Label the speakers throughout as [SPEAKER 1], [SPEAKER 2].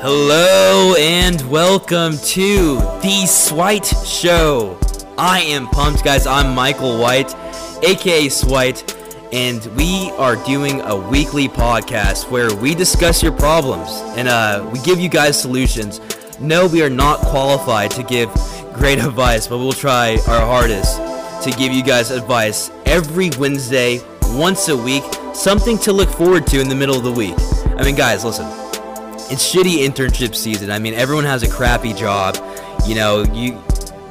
[SPEAKER 1] Hello and welcome to the Swite Show. I am pumped, guys. I'm Michael White, aka Swite, and we are doing a weekly podcast where we discuss your problems and uh, we give you guys solutions. No, we are not qualified to give great advice, but we'll try our hardest to give you guys advice every Wednesday, once a week, something to look forward to in the middle of the week. I mean, guys, listen it's shitty internship season. I mean, everyone has a crappy job. You know, you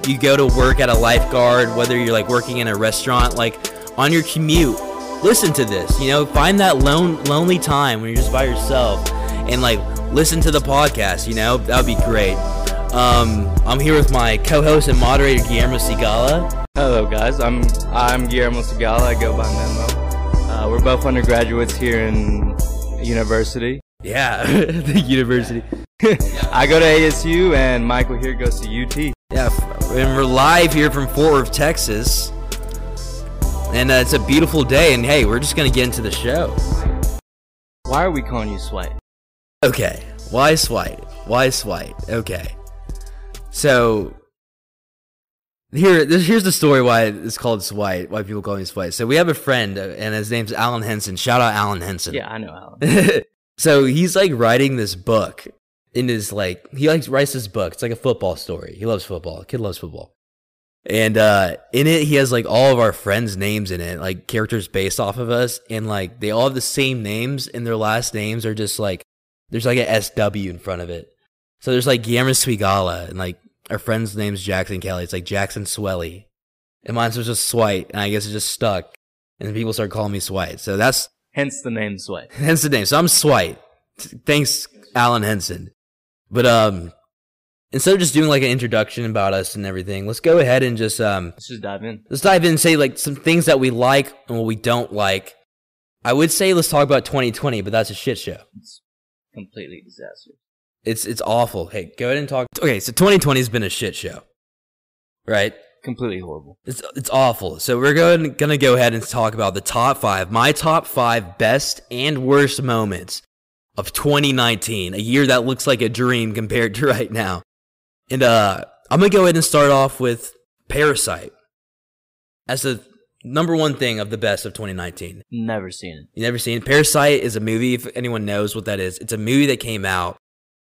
[SPEAKER 1] you go to work at a lifeguard, whether you're like working in a restaurant, like on your commute. Listen to this. You know, find that lone lonely time when you're just by yourself and like listen to the podcast. You know, that would be great. Um, I'm here with my co-host and moderator Guillermo Sigala.
[SPEAKER 2] Hello, guys. I'm I'm Guillermo Segala. I go by Memo. Uh, we're both undergraduates here in university.
[SPEAKER 1] Yeah, the university.
[SPEAKER 2] I go to ASU, and Michael here goes to UT.
[SPEAKER 1] Yeah, f- and we're live here from Fort Worth, Texas. And uh, it's a beautiful day, and hey, we're just gonna get into the show.
[SPEAKER 2] Why are we calling you Sweat?
[SPEAKER 1] Okay, why swipe? Why swipe? Okay. So here, this, here's the story why it's called swipe. Why people call me swipe. So we have a friend, uh, and his name's Alan Henson. Shout out Alan Henson.
[SPEAKER 2] Yeah, I know, Alan.
[SPEAKER 1] so he's like writing this book in his like he like writes this book. It's like a football story. He loves football. Kid loves football. And uh in it he has like all of our friends' names in it, like characters based off of us, and like they all have the same names and their last names are just like there's like a SW in front of it. So there's like Guillermo Swigala and like our friend's name's Jackson Kelly. It's like Jackson Swelly. And mine was just Swite, and I guess it just stuck. And people start calling me Swite. So that's
[SPEAKER 2] Hence the name Sweat.
[SPEAKER 1] Hence the name. So I'm Swite. T- Thanks, Alan Henson. But um, instead of just doing like an introduction about us and everything, let's go ahead and just um,
[SPEAKER 2] Let's just dive in.
[SPEAKER 1] let's dive in and say like some things that we like and what we don't like. I would say let's talk about 2020, but that's a shit show.
[SPEAKER 2] It's completely disaster.
[SPEAKER 1] It's it's awful. Hey, go ahead and talk. Okay, so 2020 has been a shit show, right?
[SPEAKER 2] Completely horrible.
[SPEAKER 1] It's it's awful. So we're going gonna go ahead and talk about the top five, my top five best and worst moments of 2019, a year that looks like a dream compared to right now. And uh, I'm gonna go ahead and start off with Parasite as the number one thing of the best of 2019.
[SPEAKER 2] Never seen it.
[SPEAKER 1] You never seen it? Parasite is a movie. If anyone knows what that is, it's a movie that came out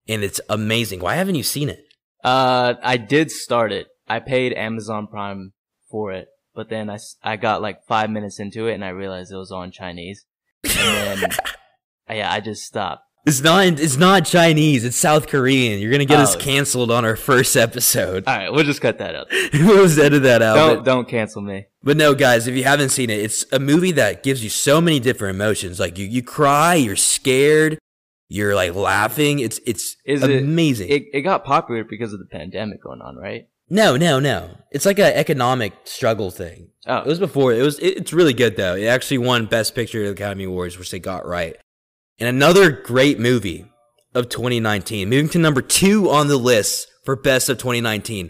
[SPEAKER 1] and it's amazing. Why haven't you seen it?
[SPEAKER 2] Uh, I did start it. I paid Amazon Prime for it, but then I, s- I got like five minutes into it and I realized it was on Chinese. And then, yeah, I just stopped.
[SPEAKER 1] It's not. It's not Chinese. It's South Korean. You're gonna get us
[SPEAKER 2] Oh.
[SPEAKER 1] canceled on our first episode.
[SPEAKER 2] All right, we'll just cut that out.
[SPEAKER 1] we'll just edit that out.
[SPEAKER 2] Don't
[SPEAKER 1] But,
[SPEAKER 2] don't cancel me.
[SPEAKER 1] but no, guys, if you haven't seen it, it's a movie that gives you so many different emotions. Like you, you cry, you're scared, you're like laughing. It's it's
[SPEAKER 2] Is it-
[SPEAKER 1] amazing.
[SPEAKER 2] It it got popular because of the pandemic going on, right?
[SPEAKER 1] no, no, no. It's like an economic struggle thing. It
[SPEAKER 2] Oh,
[SPEAKER 1] was before. It was. It, it's really good though. It actually won Best Picture at the Academy Awards, which they got right. And another great movie of 2019. Moving to number two on the list for best of 2019,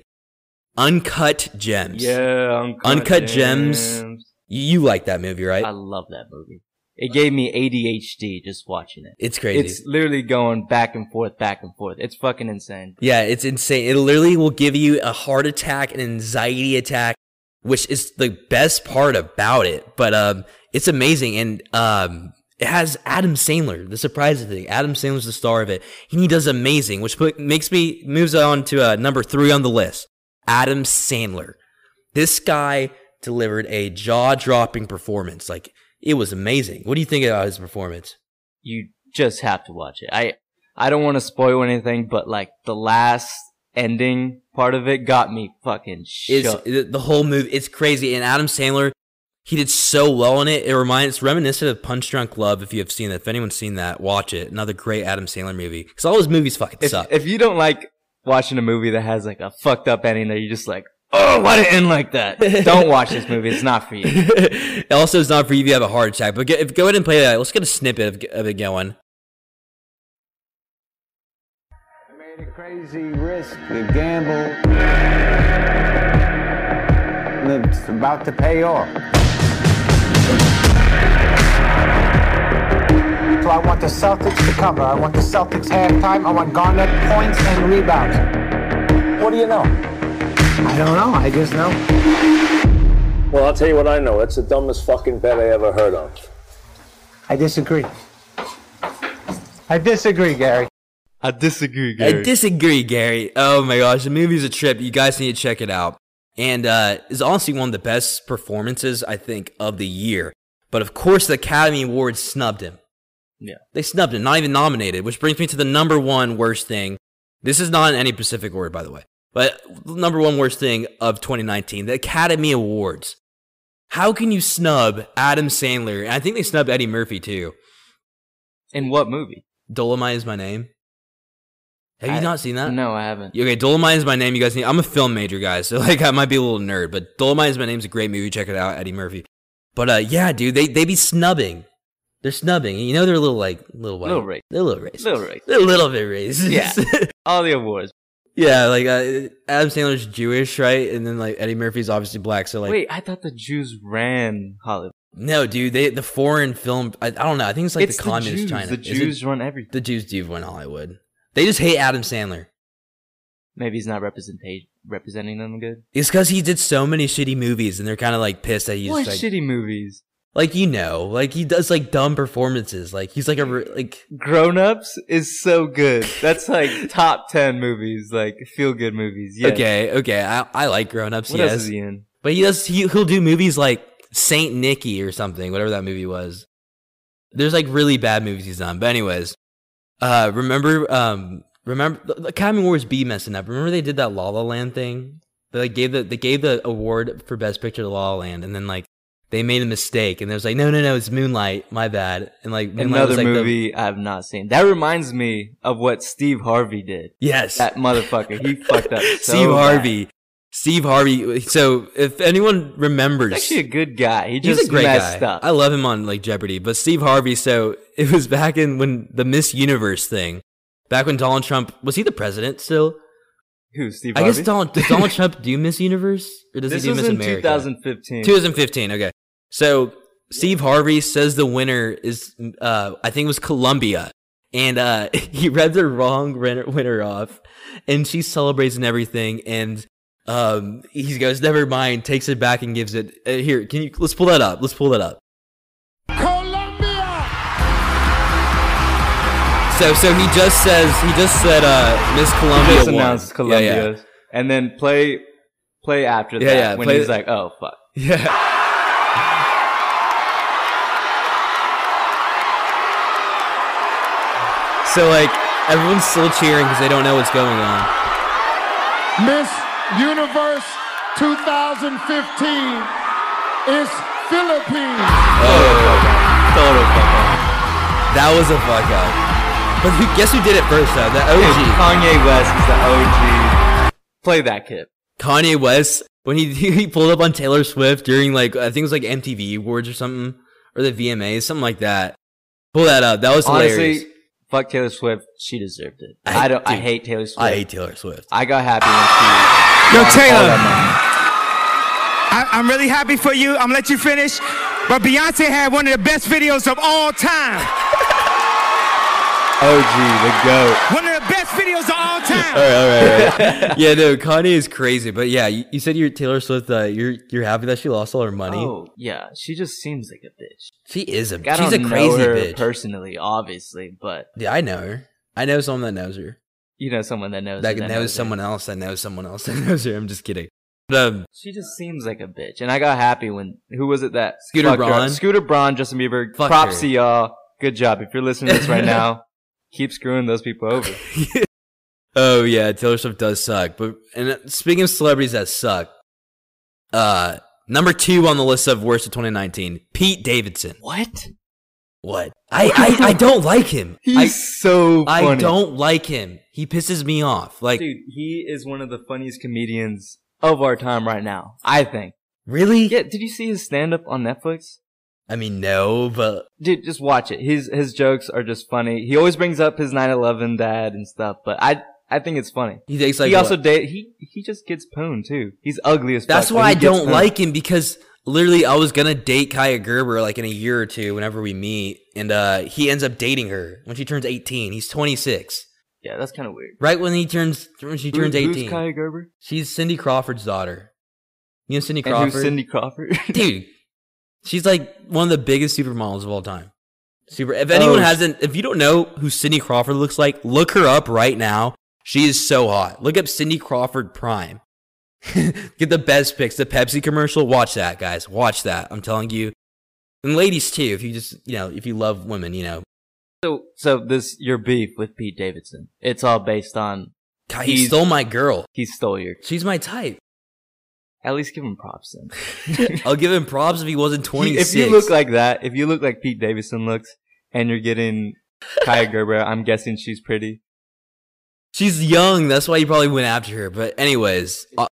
[SPEAKER 1] Uncut Gems.
[SPEAKER 2] yeah, Uncut,
[SPEAKER 1] Uncut Gems. You, you like that movie, right?
[SPEAKER 2] I love that movie. It gave me ADHD just watching it.
[SPEAKER 1] it's crazy.
[SPEAKER 2] It's literally going back and forth, back and forth. It's fucking insane.
[SPEAKER 1] yeah, it's insane. It literally will give you a heart attack, an anxiety attack, which is the best part about it. But um, it's amazing, and um, it has Adam Sandler. The surprising thing, Adam Sandler's the star of it, and he does amazing, which put, makes me moves on to uh, number three on the list. Adam Sandler. This guy delivered a jaw dropping performance. Like it was amazing. What do you think about his performance?
[SPEAKER 2] You just have to watch it. I I don't want to spoil anything, but like the last ending part of it got me fucking shook.
[SPEAKER 1] It's the- the whole movie. It's crazy. And Adam Sandler, he did so well in it. It reminds, it's reminiscent of Punch Drunk Love. If you have seen that, if anyone's seen that, watch it. Another great Adam Sandler movie. Because all his movies fucking
[SPEAKER 2] if,
[SPEAKER 1] suck.
[SPEAKER 2] if you don't like watching a movie that has like a fucked up ending, that you're just like, oh, why did it end like that? don't watch this movie. It's not for you.
[SPEAKER 1] also, it's not for you if you have a heart attack. But go, if, go ahead and play that. Let's get a snippet of, of it going.
[SPEAKER 3] I made a crazy risk, the gamble. And it's about to pay off. So I want
[SPEAKER 4] the Celtics to cover. I want the Celtics halftime. I want Garnett points and rebounds. What do you know? I don't know. I just know.
[SPEAKER 5] Well, I'll tell you what I know. That's the dumbest fucking bet I ever heard of.
[SPEAKER 4] I disagree. I disagree, Gary.
[SPEAKER 2] I disagree, Gary.
[SPEAKER 1] I disagree, Gary. Oh my gosh, the movie's a trip. You guys need to check it out. And uh, is honestly one of the best performances I think of the year. But of course, the Academy Awards snubbed him.
[SPEAKER 2] Yeah.
[SPEAKER 1] they snubbed him, not even nominated. Which brings me to the number one worst thing. This is not in any specific order, by the way. But number one worst thing of 2019, the Academy Awards. How can you snub Adam Sandler? And I think they snubbed Eddie Murphy too.
[SPEAKER 2] In what movie?
[SPEAKER 1] Dolomite is my name. Have you
[SPEAKER 2] I-
[SPEAKER 1] not seen that?
[SPEAKER 2] No, I haven't.
[SPEAKER 1] Okay, Dolomite is my name. You guys need. I'm a film major, guys, so like I might be a little nerd, but Dolomite is my name's a great movie. Check it out, Eddie Murphy. But uh, yeah, dude, they they be snubbing. They're snubbing. You know, they're a little like little white,
[SPEAKER 2] Little racist.
[SPEAKER 1] they're a little racist,
[SPEAKER 2] Little racist.
[SPEAKER 1] they're a little bit racist.
[SPEAKER 2] Yeah. All the awards.
[SPEAKER 1] yeah. Like uh, Adam Sandler's Jewish, right? And then like Eddie Murphy's obviously black. So like,
[SPEAKER 2] Wait, I thought the Jews ran Hollywood.
[SPEAKER 1] no, dude, they the foreign film. I, I don't know. I think it's like
[SPEAKER 2] it's
[SPEAKER 1] the communist
[SPEAKER 2] Jews.
[SPEAKER 1] China.
[SPEAKER 2] The
[SPEAKER 1] Is it-
[SPEAKER 2] Jews run everything.
[SPEAKER 1] the Jews do win Hollywood. They just hate Adam Sandler.
[SPEAKER 2] Maybe he's not representation representing them good.
[SPEAKER 1] It's because he did so many shitty movies, and they're kind of like pissed that he's
[SPEAKER 2] what
[SPEAKER 1] like,
[SPEAKER 2] shitty movies?
[SPEAKER 1] Like you know, like he does like dumb performances. Like he's like a re- like
[SPEAKER 2] Grown Ups is so good. That's like top ten movies, like feel good movies. Yes.
[SPEAKER 1] okay, okay. I, I like grown ups,
[SPEAKER 2] What else is
[SPEAKER 1] yes,
[SPEAKER 2] he in?
[SPEAKER 1] but he does. He, he'll do movies like Saint Nicky or something, whatever that movie was. There's like really bad movies he's done, but anyways, uh, remember, um, remember the the Academy Awards be messing up. Remember they did that La La Land thing. They like, gave the they gave the award for best picture to La La Land, and then like they made a mistake, and it was like no no no it's Moonlight, my bad, and like Moonlight
[SPEAKER 2] Another
[SPEAKER 1] was, like, the-
[SPEAKER 2] movie I've not seen. That reminds me of what Steve Harvey did.
[SPEAKER 1] yes,
[SPEAKER 2] That motherfucker, he fucked up. So
[SPEAKER 1] Steve
[SPEAKER 2] bad.
[SPEAKER 1] Harvey. Steve Harvey. So if anyone remembers,
[SPEAKER 2] He's actually a good guy. He
[SPEAKER 1] he's
[SPEAKER 2] just
[SPEAKER 1] a great
[SPEAKER 2] messed
[SPEAKER 1] guy.
[SPEAKER 2] up.
[SPEAKER 1] I love him on like Jeopardy. But Steve Harvey. So it was back in when the Miss Universe thing, back when Donald Trump was he the president still?
[SPEAKER 2] Who Steve
[SPEAKER 1] I
[SPEAKER 2] Harvey?
[SPEAKER 1] guess Donald does Donald Trump do Miss Universe or does
[SPEAKER 2] this
[SPEAKER 1] he do
[SPEAKER 2] was
[SPEAKER 1] Miss
[SPEAKER 2] in
[SPEAKER 1] America?
[SPEAKER 2] 2015.
[SPEAKER 1] 2015. Okay. So Steve Harvey says the winner is, uh, I think it was Columbia. And uh, he read the wrong winner, winner off. And she celebrates and everything. And um, he goes, never mind, takes it back and gives it. Uh, here, can you, let's pull that up. Let's pull that up. So, so he just says, he just said, uh, Miss Columbia.
[SPEAKER 2] just
[SPEAKER 1] won.
[SPEAKER 2] announced
[SPEAKER 1] Yeah, yeah.
[SPEAKER 2] Columbia, and then play play after
[SPEAKER 1] Yeah,
[SPEAKER 2] that
[SPEAKER 1] yeah,
[SPEAKER 2] when
[SPEAKER 1] play
[SPEAKER 2] he's
[SPEAKER 1] the-
[SPEAKER 2] like, "Oh fuck."
[SPEAKER 1] Yeah. So like everyone's still cheering because they don't know what's going on.
[SPEAKER 6] Miss Universe 2015 is Philippines.
[SPEAKER 2] Total fuck up.
[SPEAKER 1] That was a fuck up. But who, guess who did it first though? The OG
[SPEAKER 2] Kanye West is the OG. Play that kid.
[SPEAKER 1] Kanye West when he he pulled up on Taylor Swift during like I think it was like MTV Awards or something or the VMAs something like that. Pull that up. That was hilarious.
[SPEAKER 2] Honestly, fuck Taylor Swift. She deserved it. I, don't. I
[SPEAKER 1] dude,
[SPEAKER 2] hate Taylor Swift.
[SPEAKER 1] I
[SPEAKER 2] I,
[SPEAKER 1] hate Taylor Swift.
[SPEAKER 2] got happy when she.
[SPEAKER 7] Yo,
[SPEAKER 2] all
[SPEAKER 7] Taylor,
[SPEAKER 2] that
[SPEAKER 7] I, I'm really happy for you. I'm gonna let you finish. But Beyonce had one of the best videos of all time.
[SPEAKER 2] money. OG, the goat.
[SPEAKER 7] One of the best videos of all time.
[SPEAKER 1] yeah, no, Kanye is crazy. But yeah, you, you said you're Taylor Swift. Uh, you're you're happy that she lost all her money.
[SPEAKER 2] Oh yeah, she just seems like a bitch.
[SPEAKER 1] She is a.
[SPEAKER 2] Like, I
[SPEAKER 1] she's
[SPEAKER 2] don't
[SPEAKER 1] a crazy
[SPEAKER 2] know her
[SPEAKER 1] bitch.
[SPEAKER 2] personally, obviously, but
[SPEAKER 1] yeah, I know her. I know someone that knows her.
[SPEAKER 2] you know someone that knows
[SPEAKER 1] That
[SPEAKER 2] her,
[SPEAKER 1] knows,
[SPEAKER 2] her.
[SPEAKER 1] someone else that knows someone else that knows her. I'm just kidding. But um,
[SPEAKER 2] She just seems like a bitch, and I got happy when who was it that
[SPEAKER 1] Scooter
[SPEAKER 2] fucked her up?
[SPEAKER 1] Braun?
[SPEAKER 2] Scooter Braun, Justin Bieber.
[SPEAKER 1] Fuck
[SPEAKER 2] props
[SPEAKER 1] her.
[SPEAKER 2] to y'all. Good job. If you're listening to this right now, keep screwing those people over.
[SPEAKER 1] oh yeah, Taylor Swift does suck. But and uh, speaking of celebrities that suck, uh, number two on the list of worst of 2019, Pete Davidson.
[SPEAKER 2] What?
[SPEAKER 1] What? I I, I don't like him.
[SPEAKER 2] He's
[SPEAKER 1] I
[SPEAKER 2] so funny.
[SPEAKER 1] I don't like him. He pisses me off. Like
[SPEAKER 2] Dude, he is one of the funniest comedians of our time right now. I think.
[SPEAKER 1] really?
[SPEAKER 2] Yeah. Did you see his stand up on Netflix?
[SPEAKER 1] I mean, no, but
[SPEAKER 2] Dude, just watch it. His his jokes are just funny. He always brings up his 9/11 dad and stuff, but I I think it's funny.
[SPEAKER 1] he takes like.
[SPEAKER 2] he also
[SPEAKER 1] what-
[SPEAKER 2] date he he just gets pwned too. He's ugly as fuck.
[SPEAKER 1] that's
[SPEAKER 2] but
[SPEAKER 1] why
[SPEAKER 2] he
[SPEAKER 1] I
[SPEAKER 2] gets
[SPEAKER 1] don't
[SPEAKER 2] pwned.
[SPEAKER 1] like him because literally I was gonna date Kaya Gerber like in a year or two whenever we meet, and uh, he ends up dating her when she turns 18. He's 26.
[SPEAKER 2] Yeah, that's kind of weird.
[SPEAKER 1] Right when he turns when she turns
[SPEAKER 2] Who-
[SPEAKER 1] 18.
[SPEAKER 2] Who's Kaya Gerber?
[SPEAKER 1] She's Cindy Crawford's daughter. You know Cindy
[SPEAKER 2] And
[SPEAKER 1] Crawford?
[SPEAKER 2] who's Cindy Crawford?
[SPEAKER 1] Dude, she's like one of the biggest supermodels of all time. Super. If anyone
[SPEAKER 2] Oh.
[SPEAKER 1] hasn't, if you don't know who Cindy Crawford looks like, look her up right now. She is so hot. Look up Cindy Crawford Prime. Get the best pics. The Pepsi commercial. Watch that, guys. Watch that. I'm telling you. And ladies too. If you just, you know, if you love women, you know,
[SPEAKER 2] so, so this your beef with Pete Davidson. It's all based on
[SPEAKER 1] God, he
[SPEAKER 2] He's-
[SPEAKER 1] stole my girl.
[SPEAKER 2] he stole your.
[SPEAKER 1] She's my type.
[SPEAKER 2] At least give him props then.
[SPEAKER 1] I'll give him props if he wasn't 26.
[SPEAKER 2] If you look like that, if you look like Pete Davidson looks, and you're getting Kaya Gerber, I'm guessing she's pretty.
[SPEAKER 1] she's young. That's why you probably went after her. But anyways, uh,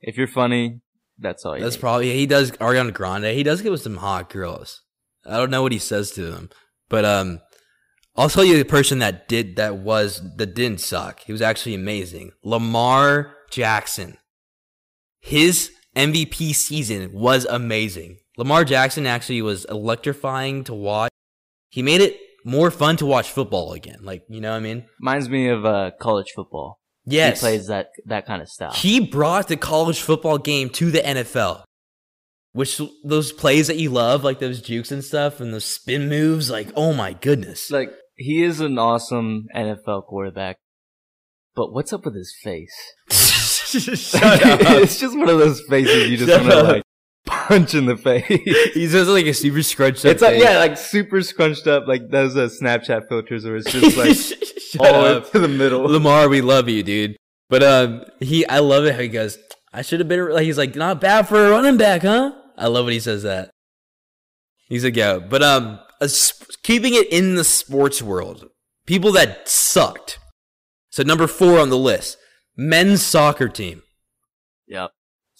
[SPEAKER 2] If you're funny, that's all. You
[SPEAKER 1] That's
[SPEAKER 2] need.
[SPEAKER 1] probably he does Ariana Grande. He does get with some hot girls. I don't know what he says to them, but um, I'll tell you the person that did that was that didn't suck. He was actually amazing. Lamar Jackson, his MVP season was amazing. Lamar Jackson actually was electrifying to watch. He made it more fun to watch football again. Like you know what I mean?
[SPEAKER 2] reminds me of uh, college football.
[SPEAKER 1] Yes,
[SPEAKER 2] He plays that that kind of style.
[SPEAKER 1] he brought the college football game to the NFL. Which those plays that you love, like those jukes and stuff, and those spin moves, like oh my goodness,
[SPEAKER 2] like he is an awesome NFL quarterback. But what's up with his face?
[SPEAKER 1] Shut up.
[SPEAKER 2] it's just one of those faces you just
[SPEAKER 1] Shut
[SPEAKER 2] want to
[SPEAKER 1] up.
[SPEAKER 2] like punch in the face.
[SPEAKER 1] He's just like a super scrunched up.
[SPEAKER 2] It's like
[SPEAKER 1] face.
[SPEAKER 2] yeah, like super scrunched up, like those uh, Snapchat filters where it's just like
[SPEAKER 1] Shut
[SPEAKER 2] all
[SPEAKER 1] up.
[SPEAKER 2] up to the middle.
[SPEAKER 1] Lamar, we love you, dude. But um, he, I love it how he goes. I should have been. a-" Like he's like, not bad for a running back, huh? I love when he says that. He's a goat. But um, a sp- keeping it in the sports world, people that sucked. So number four on the list, men's soccer team,
[SPEAKER 2] Yep.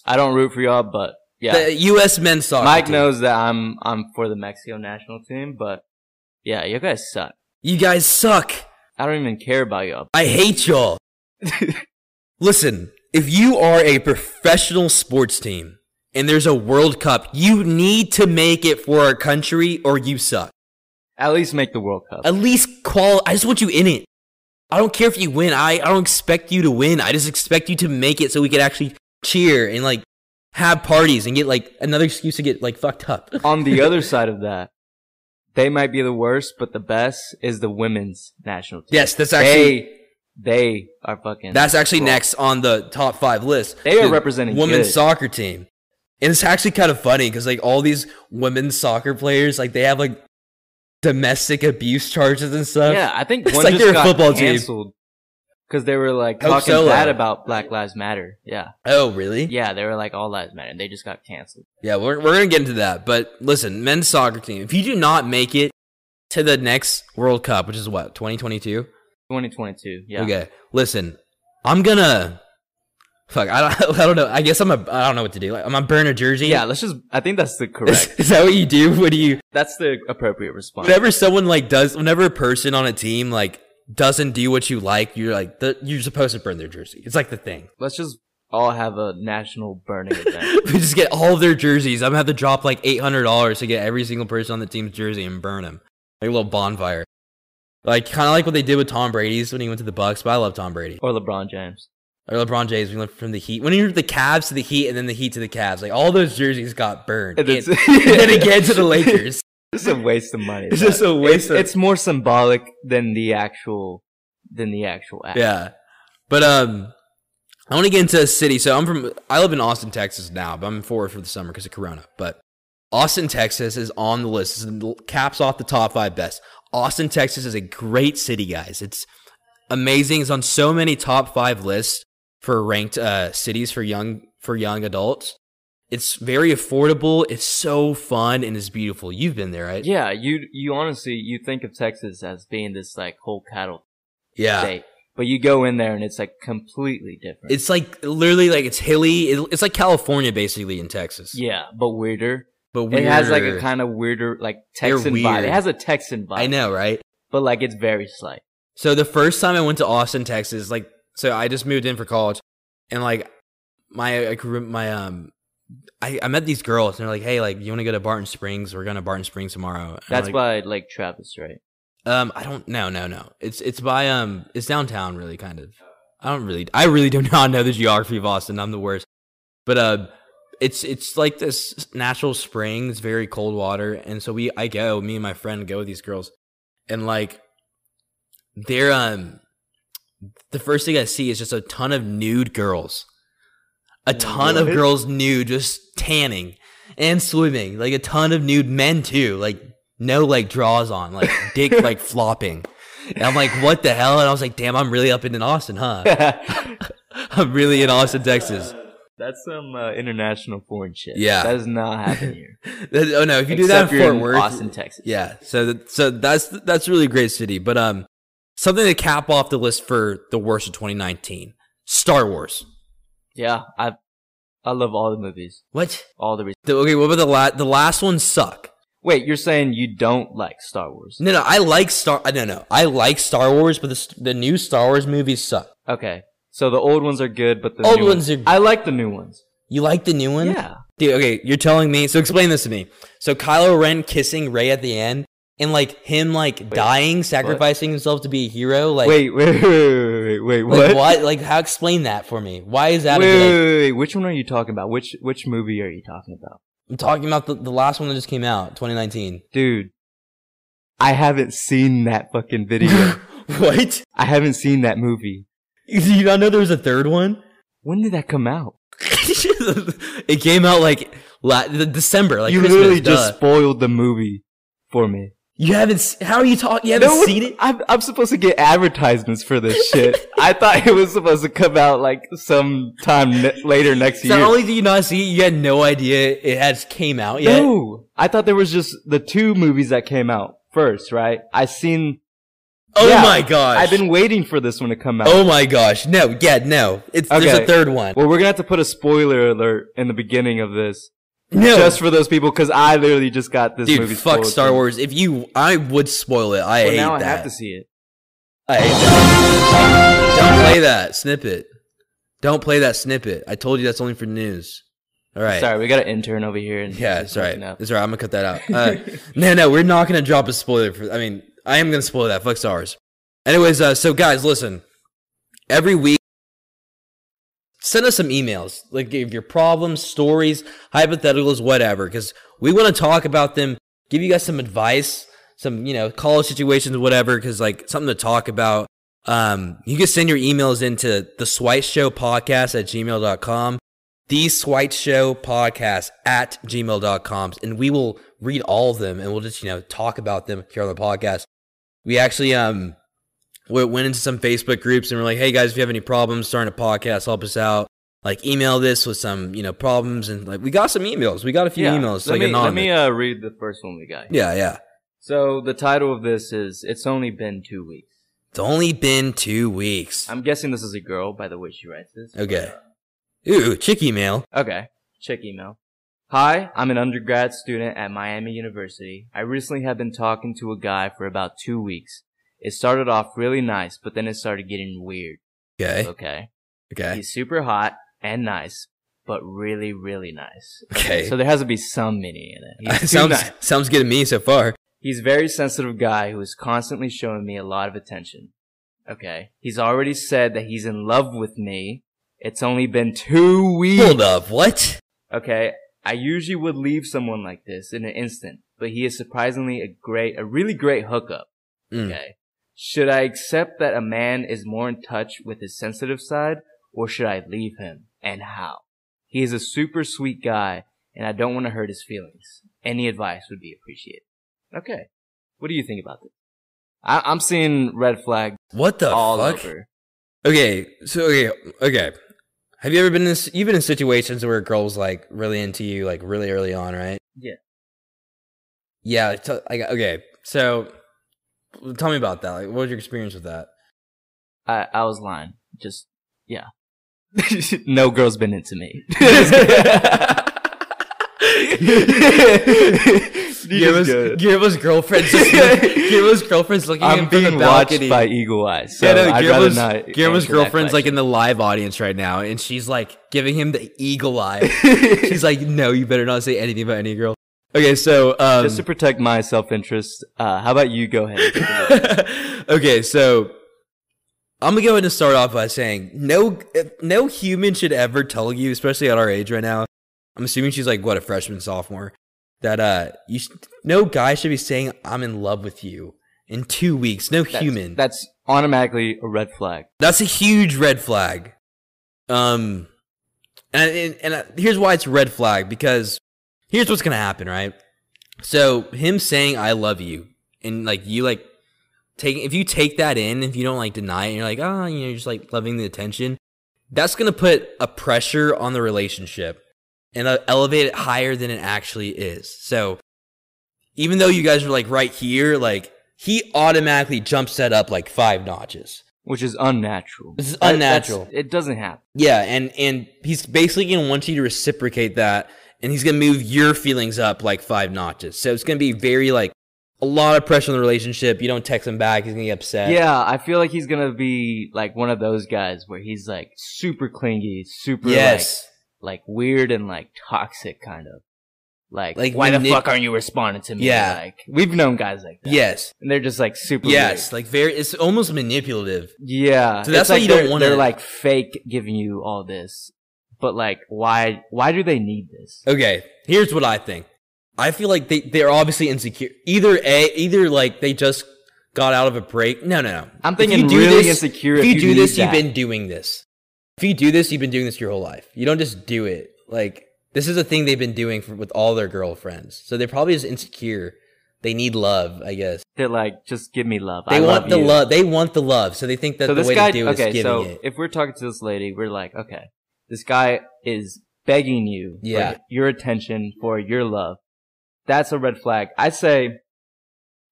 [SPEAKER 2] I don't root for y'all, but yeah.
[SPEAKER 1] the U.S. men's soccer.
[SPEAKER 2] Mike
[SPEAKER 1] team.
[SPEAKER 2] knows that I'm I'm for the Mexico national team, but yeah, you guys suck.
[SPEAKER 1] You guys suck.
[SPEAKER 2] I don't even care about y'all.
[SPEAKER 1] I hate y'all. Listen, if you are a professional sports team and there's a World Cup, you need to make it for our country or you suck.
[SPEAKER 2] At least make the World Cup.
[SPEAKER 1] At least qual I just want you in it. I don't care if you win. I, I don't expect you to win. I just expect you to make it so we could actually cheer and like have parties and get like another excuse to get like fucked up.
[SPEAKER 2] On the other side of that, they might be the worst, but the best is the women's national team.
[SPEAKER 1] yes, that's actually
[SPEAKER 2] they they are fucking
[SPEAKER 1] That's actually next on the top five list.
[SPEAKER 2] They are
[SPEAKER 1] The
[SPEAKER 2] representing
[SPEAKER 1] women's
[SPEAKER 2] good.
[SPEAKER 1] soccer team, and it's actually kind of funny because like all these women's soccer players, like they have like domestic abuse charges and stuff.
[SPEAKER 2] Yeah, I think
[SPEAKER 1] It's
[SPEAKER 2] one
[SPEAKER 1] like
[SPEAKER 2] just
[SPEAKER 1] they're a
[SPEAKER 2] got
[SPEAKER 1] football team.
[SPEAKER 2] canceled because they were like
[SPEAKER 1] Hope
[SPEAKER 2] talking
[SPEAKER 1] so,
[SPEAKER 2] bad
[SPEAKER 1] uh,
[SPEAKER 2] about Black Lives Matter. Yeah,
[SPEAKER 1] Oh, really?
[SPEAKER 2] yeah, they were like all lives matter, and they just got canceled.
[SPEAKER 1] Yeah, we're we're gonna get into that. But listen, men's soccer team. If you do not make it to the next World Cup, which is what 2022.
[SPEAKER 2] 2022. Yeah.
[SPEAKER 1] Okay. Listen, I'm gonna. Fuck, I don't, I don't know. I guess I'm a. I don't know what to do. Like, I'm gonna burn a jersey.
[SPEAKER 2] Yeah, let's just. I think that's the
[SPEAKER 1] Is,
[SPEAKER 2] correct.
[SPEAKER 1] is that what you do? What do you?
[SPEAKER 2] that's the appropriate response.
[SPEAKER 1] whenever someone like does whenever a person on a team like doesn't do what you like you're like the, you're supposed to burn their jersey it's like the thing
[SPEAKER 2] Let's just all have a national burning event.
[SPEAKER 1] we just get all of their jerseys i'm gonna have to drop like $800 to get every single person on the team's jersey and burn them like a little bonfire like kind of like what they did with tom brady's when he went to the bucks but i love tom brady
[SPEAKER 2] or LeBron James.
[SPEAKER 1] or lebron james we went from the heat when he went from the Cavs to the heat and then the heat to the Cavs. like all those jerseys got burned and,
[SPEAKER 2] And it's-
[SPEAKER 1] and then again to the lakers
[SPEAKER 2] It's a waste of money.
[SPEAKER 1] it's just a waste of
[SPEAKER 2] it's more symbolic than the actual than the actual act.
[SPEAKER 1] Yeah. But um I want to get into a city. So I'm from I live in Austin, Texas now, but I'm in Fort Worth for the summer because of corona. But Austin, Texas is on the list. This is the- caps off the top 5 best. Austin, Texas is a great city, guys. It's amazing. It's on so many top 5 lists for ranked uh cities for young for young adults. It's very affordable. It's so fun and it's beautiful. You've been there, right?
[SPEAKER 2] Yeah, you you honestly you think of Texas as being this like whole cattle
[SPEAKER 1] Yeah.
[SPEAKER 2] state, but you go in there and it's like completely different.
[SPEAKER 1] It's like literally like it's hilly. It- It's like California basically in Texas.
[SPEAKER 2] yeah, but weirder.
[SPEAKER 1] But weirder.
[SPEAKER 2] It has like a kind of weirder like
[SPEAKER 1] They're
[SPEAKER 2] Texan vibe.
[SPEAKER 1] weird.
[SPEAKER 2] It has a Texan vibe.
[SPEAKER 1] I know, right?
[SPEAKER 2] but like it's very slight.
[SPEAKER 1] So the first time I went to Austin, Texas, like, so I just moved in for college, and like, my like, room- my um I, I met these girls and they're like, hey, like, you want to go to Barton Springs? We're going to Barton Springs tomorrow. And I'm
[SPEAKER 2] That's
[SPEAKER 1] like,
[SPEAKER 2] by like Travis, right?
[SPEAKER 1] Um, I don't. No, no, no. It's it's by um, it's downtown, really, kind of. I don't really. I really do not know the geography of Austin. I'm the worst. But uh, it's it's like this natural spring. It's very cold water, and so we I go. Me and my friend go with these girls, and like, they're um, the first thing I see is just a ton of nude girls, a ton of girls nude, just tanning and swimming. Like a ton of nude men too. Like no like draws on, like dick like flopping. And I'm like, what the hell? And I was like, damn, I'm really up in Austin, huh? I'm really in Austin, Texas.
[SPEAKER 2] That's some uh, international porn shit.
[SPEAKER 1] Yeah.
[SPEAKER 2] that does not happen here.
[SPEAKER 1] That- Oh no, if you do
[SPEAKER 2] Except
[SPEAKER 1] that in
[SPEAKER 2] you're
[SPEAKER 1] Fort
[SPEAKER 2] in
[SPEAKER 1] Worth,
[SPEAKER 2] Austin, Texas.
[SPEAKER 1] yeah. So that, so that's that's a really great city. But um, something to cap off the list for the worst of 2019, Star Wars.
[SPEAKER 2] yeah. I I love all the movies,
[SPEAKER 1] What?
[SPEAKER 2] all the. Re-
[SPEAKER 1] The, okay, what about the la- the last one? Suck.
[SPEAKER 2] Wait, you're saying you don't like Star Wars?
[SPEAKER 1] No, no, I like Star. No, no, I like Star Wars, but the s- the new Star Wars movies suck.
[SPEAKER 2] Okay, so the old ones are good, but the
[SPEAKER 1] Old
[SPEAKER 2] new
[SPEAKER 1] ones are-
[SPEAKER 2] I like the new ones.
[SPEAKER 1] You like the new one?
[SPEAKER 2] Yeah.
[SPEAKER 1] Dude, okay, you're telling me. So explain this to me. So Kylo Ren kissing Rey at the end, and like him like dying, sacrificing himself to be a hero. Like
[SPEAKER 2] Wait, wait, wait, wait, wait, wait,
[SPEAKER 1] like,
[SPEAKER 2] what?
[SPEAKER 1] why? Like how? Explain that for me. Why is that? a
[SPEAKER 2] Wait, wait,
[SPEAKER 1] good idea?
[SPEAKER 2] wait, wait, which one are you talking about? Which which movie are you talking about,
[SPEAKER 1] I'm talking about the, the last one that just came out, 2019.
[SPEAKER 2] dude? I haven't seen that fucking video.
[SPEAKER 1] What?
[SPEAKER 2] I haven't seen that movie.
[SPEAKER 1] Did you not know there was a third one?
[SPEAKER 2] When did that come out?
[SPEAKER 1] it came out like la- the December, like
[SPEAKER 2] you
[SPEAKER 1] Christmas,
[SPEAKER 2] literally just
[SPEAKER 1] duh.
[SPEAKER 2] spoiled the movie for me.
[SPEAKER 1] you haven't. s- How are you talking? You haven't
[SPEAKER 2] one-
[SPEAKER 1] seen it?
[SPEAKER 2] I'm, I'm supposed to get advertisements for this shit. I thought it was supposed to come out like sometime ne- later next
[SPEAKER 1] So
[SPEAKER 2] year.
[SPEAKER 1] not only did you not see it, you had no idea it has came out yet.
[SPEAKER 2] no, I thought there was just the two movies that came out first, right? I seen.
[SPEAKER 1] Oh
[SPEAKER 2] yeah,
[SPEAKER 1] my gosh!
[SPEAKER 2] I've been waiting for this one to come out.
[SPEAKER 1] Oh my gosh! No, yeah, no. It's there's a
[SPEAKER 2] Okay.
[SPEAKER 1] third one.
[SPEAKER 2] Well, we're gonna have to put a spoiler alert in the beginning of this,
[SPEAKER 1] No,
[SPEAKER 2] just for those people, because I literally just got this
[SPEAKER 1] Oh. dude,
[SPEAKER 2] movie.
[SPEAKER 1] fuck
[SPEAKER 2] spoiled
[SPEAKER 1] Star
[SPEAKER 2] for me.
[SPEAKER 1] Wars. If you, I would spoil it. I
[SPEAKER 2] Well,
[SPEAKER 1] hate
[SPEAKER 2] now
[SPEAKER 1] that.
[SPEAKER 2] I have to see it.
[SPEAKER 1] I hate that. Don't play that snippet. Don't play that snippet. I told you that's only for news. All right.
[SPEAKER 2] Sorry, we got an intern over here. And
[SPEAKER 1] Yeah,
[SPEAKER 2] he's
[SPEAKER 1] it's all right.
[SPEAKER 2] looking up.
[SPEAKER 1] It's all right. I'm gonna cut that out. Uh, no, no, we're not gonna drop a spoiler for. I mean, I am gonna spoil that. Fuck Star Wars. Anyways, uh, so guys, listen. Every week, send us some emails, like give your problems, stories, hypotheticals, whatever, because we want to talk about them. Give you guys some advice, some you know college situations, whatever, because like something to talk about. Um, you can send your emails into the Swite Show podcast at gmail.com the swite show podcast at gmail.com and we will read all of them and we'll just you know talk about them here on the podcast we actually um we went into some facebook groups and we're like hey guys if you have any problems starting a podcast help us out like email this with some you know problems and like we got some emails we got a few
[SPEAKER 2] Yeah.
[SPEAKER 1] emails
[SPEAKER 2] Let
[SPEAKER 1] like
[SPEAKER 2] me, let
[SPEAKER 1] anonymous
[SPEAKER 2] me uh, read the first one we got.
[SPEAKER 1] yeah yeah
[SPEAKER 2] So the title of this is "It's Only Been Two Weeks."
[SPEAKER 1] it's only been two weeks
[SPEAKER 2] I'm guessing this is a girl by the way she writes this.
[SPEAKER 1] okay ooh chick email
[SPEAKER 2] Okay. Check email. Hi, I'm an undergrad student at Miami University. I recently have been talking to a guy for about two weeks. It started off really nice, but then it started getting weird.
[SPEAKER 1] okay
[SPEAKER 2] Okay.
[SPEAKER 1] okay
[SPEAKER 2] He's super hot and nice, but really, really nice.
[SPEAKER 1] Okay.
[SPEAKER 2] So there has to be some mini in it. He's too
[SPEAKER 1] sounds
[SPEAKER 2] nice.
[SPEAKER 1] sounds good to me so far
[SPEAKER 2] He's a very sensitive guy who is constantly showing me a lot of attention. Okay. He's already said that he's in love with me. It's only been two weeks.
[SPEAKER 1] hold up what
[SPEAKER 2] Okay. I usually would leave someone like this in an instant, but he is surprisingly a great, a really great hookup.
[SPEAKER 1] Mm.
[SPEAKER 2] Okay. Should I accept that a man is more in touch with his sensitive side or should I leave him and how? He is a super sweet guy and I don't want to hurt his feelings. Any advice would be appreciated. Okay. What do you think about this? I- I'm seeing red flag
[SPEAKER 1] what the
[SPEAKER 2] all
[SPEAKER 1] fuck
[SPEAKER 2] over.
[SPEAKER 1] Okay, so okay, okay. Have you ever been in this, you've been in situations where a girl's like really into you, like really early on, right?
[SPEAKER 2] Yeah.
[SPEAKER 1] Yeah. Like, t- like, okay, so tell me about that. Like, what was your experience with that?
[SPEAKER 2] I, I was lying. Just, yeah. no girl's been into me.
[SPEAKER 1] Guillermo's, Guillermo's girlfriend's just look, Guillermo's girlfriend's looking at
[SPEAKER 2] I'm
[SPEAKER 1] him from the
[SPEAKER 2] being watched
[SPEAKER 1] balcony.
[SPEAKER 2] by eagle eyes. So
[SPEAKER 1] yeah, no,
[SPEAKER 2] I'd rather
[SPEAKER 1] Guillermo's,
[SPEAKER 2] not.
[SPEAKER 1] Guillermo's
[SPEAKER 2] answer that
[SPEAKER 1] girlfriend's like
[SPEAKER 2] question.
[SPEAKER 1] in the live audience right now, and she's like giving him the eagle eye. she's like, "No, you better not say anything about any girl." Okay, so um,
[SPEAKER 2] Just to protect my self interest, uh, how about you go ahead?
[SPEAKER 1] okay, so I'm gonna go ahead and start off by saying no, no human should ever tell you, especially at our age right now. I'm assuming she's like what a freshman, sophomore, that uh, you sh- no guy should be saying I'm in love with you in two weeks. No human.
[SPEAKER 2] That's automatically a red flag.
[SPEAKER 1] That's a huge red flag. Um, and and, and uh, here's why it's a red flag because here's what's gonna happen, right? So him saying "I love you" and like you like taking if you take that in, if you don't like deny it, you're like, oh, you know, you're just like loving the attention. That's gonna put a pressure on the relationship and uh, elevate it higher than it actually is. So even though you guys are like right here, like he automatically jumps that up like five notches.
[SPEAKER 2] which is unnatural.
[SPEAKER 1] This is
[SPEAKER 2] That- that's-
[SPEAKER 1] unnatural.
[SPEAKER 2] It doesn't happen.
[SPEAKER 1] Yeah, and and he's basically gonna want you to reciprocate that, and he's gonna move your feelings up like five notches. So it's gonna be very like a lot of pressure on the relationship. You don't text him back, he's gonna get upset.
[SPEAKER 2] Yeah, I feel like he's gonna be like one of those guys where he's like super clingy, super
[SPEAKER 1] Yes.
[SPEAKER 2] like, like weird and like toxic kind of. Like,
[SPEAKER 1] Like
[SPEAKER 2] why the
[SPEAKER 1] manip-
[SPEAKER 2] fuck aren't you responding to me?
[SPEAKER 1] Yeah.
[SPEAKER 2] Like we've known guys like that.
[SPEAKER 1] Yes.
[SPEAKER 2] And they're just like super
[SPEAKER 1] Yes.
[SPEAKER 2] weird.
[SPEAKER 1] Like very. It's almost manipulative.
[SPEAKER 2] Yeah.
[SPEAKER 1] So that's
[SPEAKER 2] It's
[SPEAKER 1] why
[SPEAKER 2] like
[SPEAKER 1] you don't
[SPEAKER 2] they're-
[SPEAKER 1] wanna-
[SPEAKER 2] they're like fake giving you all this. But like why why do they need this?
[SPEAKER 1] Okay. Here's what I think. I feel like they they're obviously insecure. Either a either like they just got out of a break. No, no, no.
[SPEAKER 2] I'm
[SPEAKER 1] If you
[SPEAKER 2] thinking
[SPEAKER 1] do
[SPEAKER 2] really
[SPEAKER 1] this-
[SPEAKER 2] insecure
[SPEAKER 1] If
[SPEAKER 2] if
[SPEAKER 1] you,
[SPEAKER 2] you
[SPEAKER 1] do
[SPEAKER 2] need
[SPEAKER 1] this,
[SPEAKER 2] that.
[SPEAKER 1] you've been doing this. If you do this, you've been doing this your whole life. You don't just do it. Like this is a thing they've been doing for, with all their girlfriends. So they're probably just insecure. They need love, I guess.
[SPEAKER 2] They're like, just give me love.
[SPEAKER 1] They
[SPEAKER 2] I
[SPEAKER 1] want
[SPEAKER 2] love
[SPEAKER 1] the
[SPEAKER 2] you.
[SPEAKER 1] love. They want the love. So they think that
[SPEAKER 2] so
[SPEAKER 1] the
[SPEAKER 2] this
[SPEAKER 1] way
[SPEAKER 2] guy,
[SPEAKER 1] to do it is
[SPEAKER 2] okay,
[SPEAKER 1] giving
[SPEAKER 2] so
[SPEAKER 1] it.
[SPEAKER 2] if we're talking to this lady, we're like, okay, this guy is begging you
[SPEAKER 1] Yeah.
[SPEAKER 2] for your attention, for your love. That's a red flag. I say,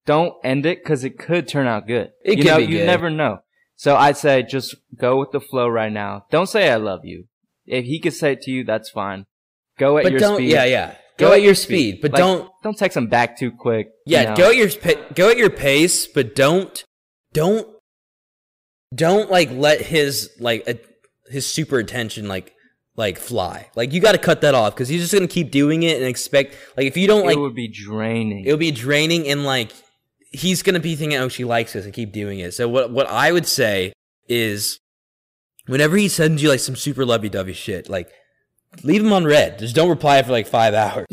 [SPEAKER 2] don't end it because it could turn out good.
[SPEAKER 1] It
[SPEAKER 2] you
[SPEAKER 1] could
[SPEAKER 2] know,
[SPEAKER 1] be
[SPEAKER 2] you
[SPEAKER 1] good.
[SPEAKER 2] never know. So I'd say just go with the flow right now. Don't say I love you. If he could say it to you, that's fine. Go at
[SPEAKER 1] But
[SPEAKER 2] your
[SPEAKER 1] don't.
[SPEAKER 2] speed.
[SPEAKER 1] Yeah, yeah. Go, at your speed, but
[SPEAKER 2] Like,
[SPEAKER 1] don't.
[SPEAKER 2] don't text him back too quick. you
[SPEAKER 1] Yeah,
[SPEAKER 2] know?
[SPEAKER 1] go at your pa- go at your pace, but don't don't don't like let his like a, his super attention like like fly. Like you got to cut that off because he's just gonna keep doing it and expect like if you don't like
[SPEAKER 2] it would be draining.
[SPEAKER 1] it'll be draining and like he's gonna be thinking oh she likes this and keep doing it. So what what I would say is whenever he sends you like some super lovey dovey shit like leave him on red. Just don't reply for like five hours.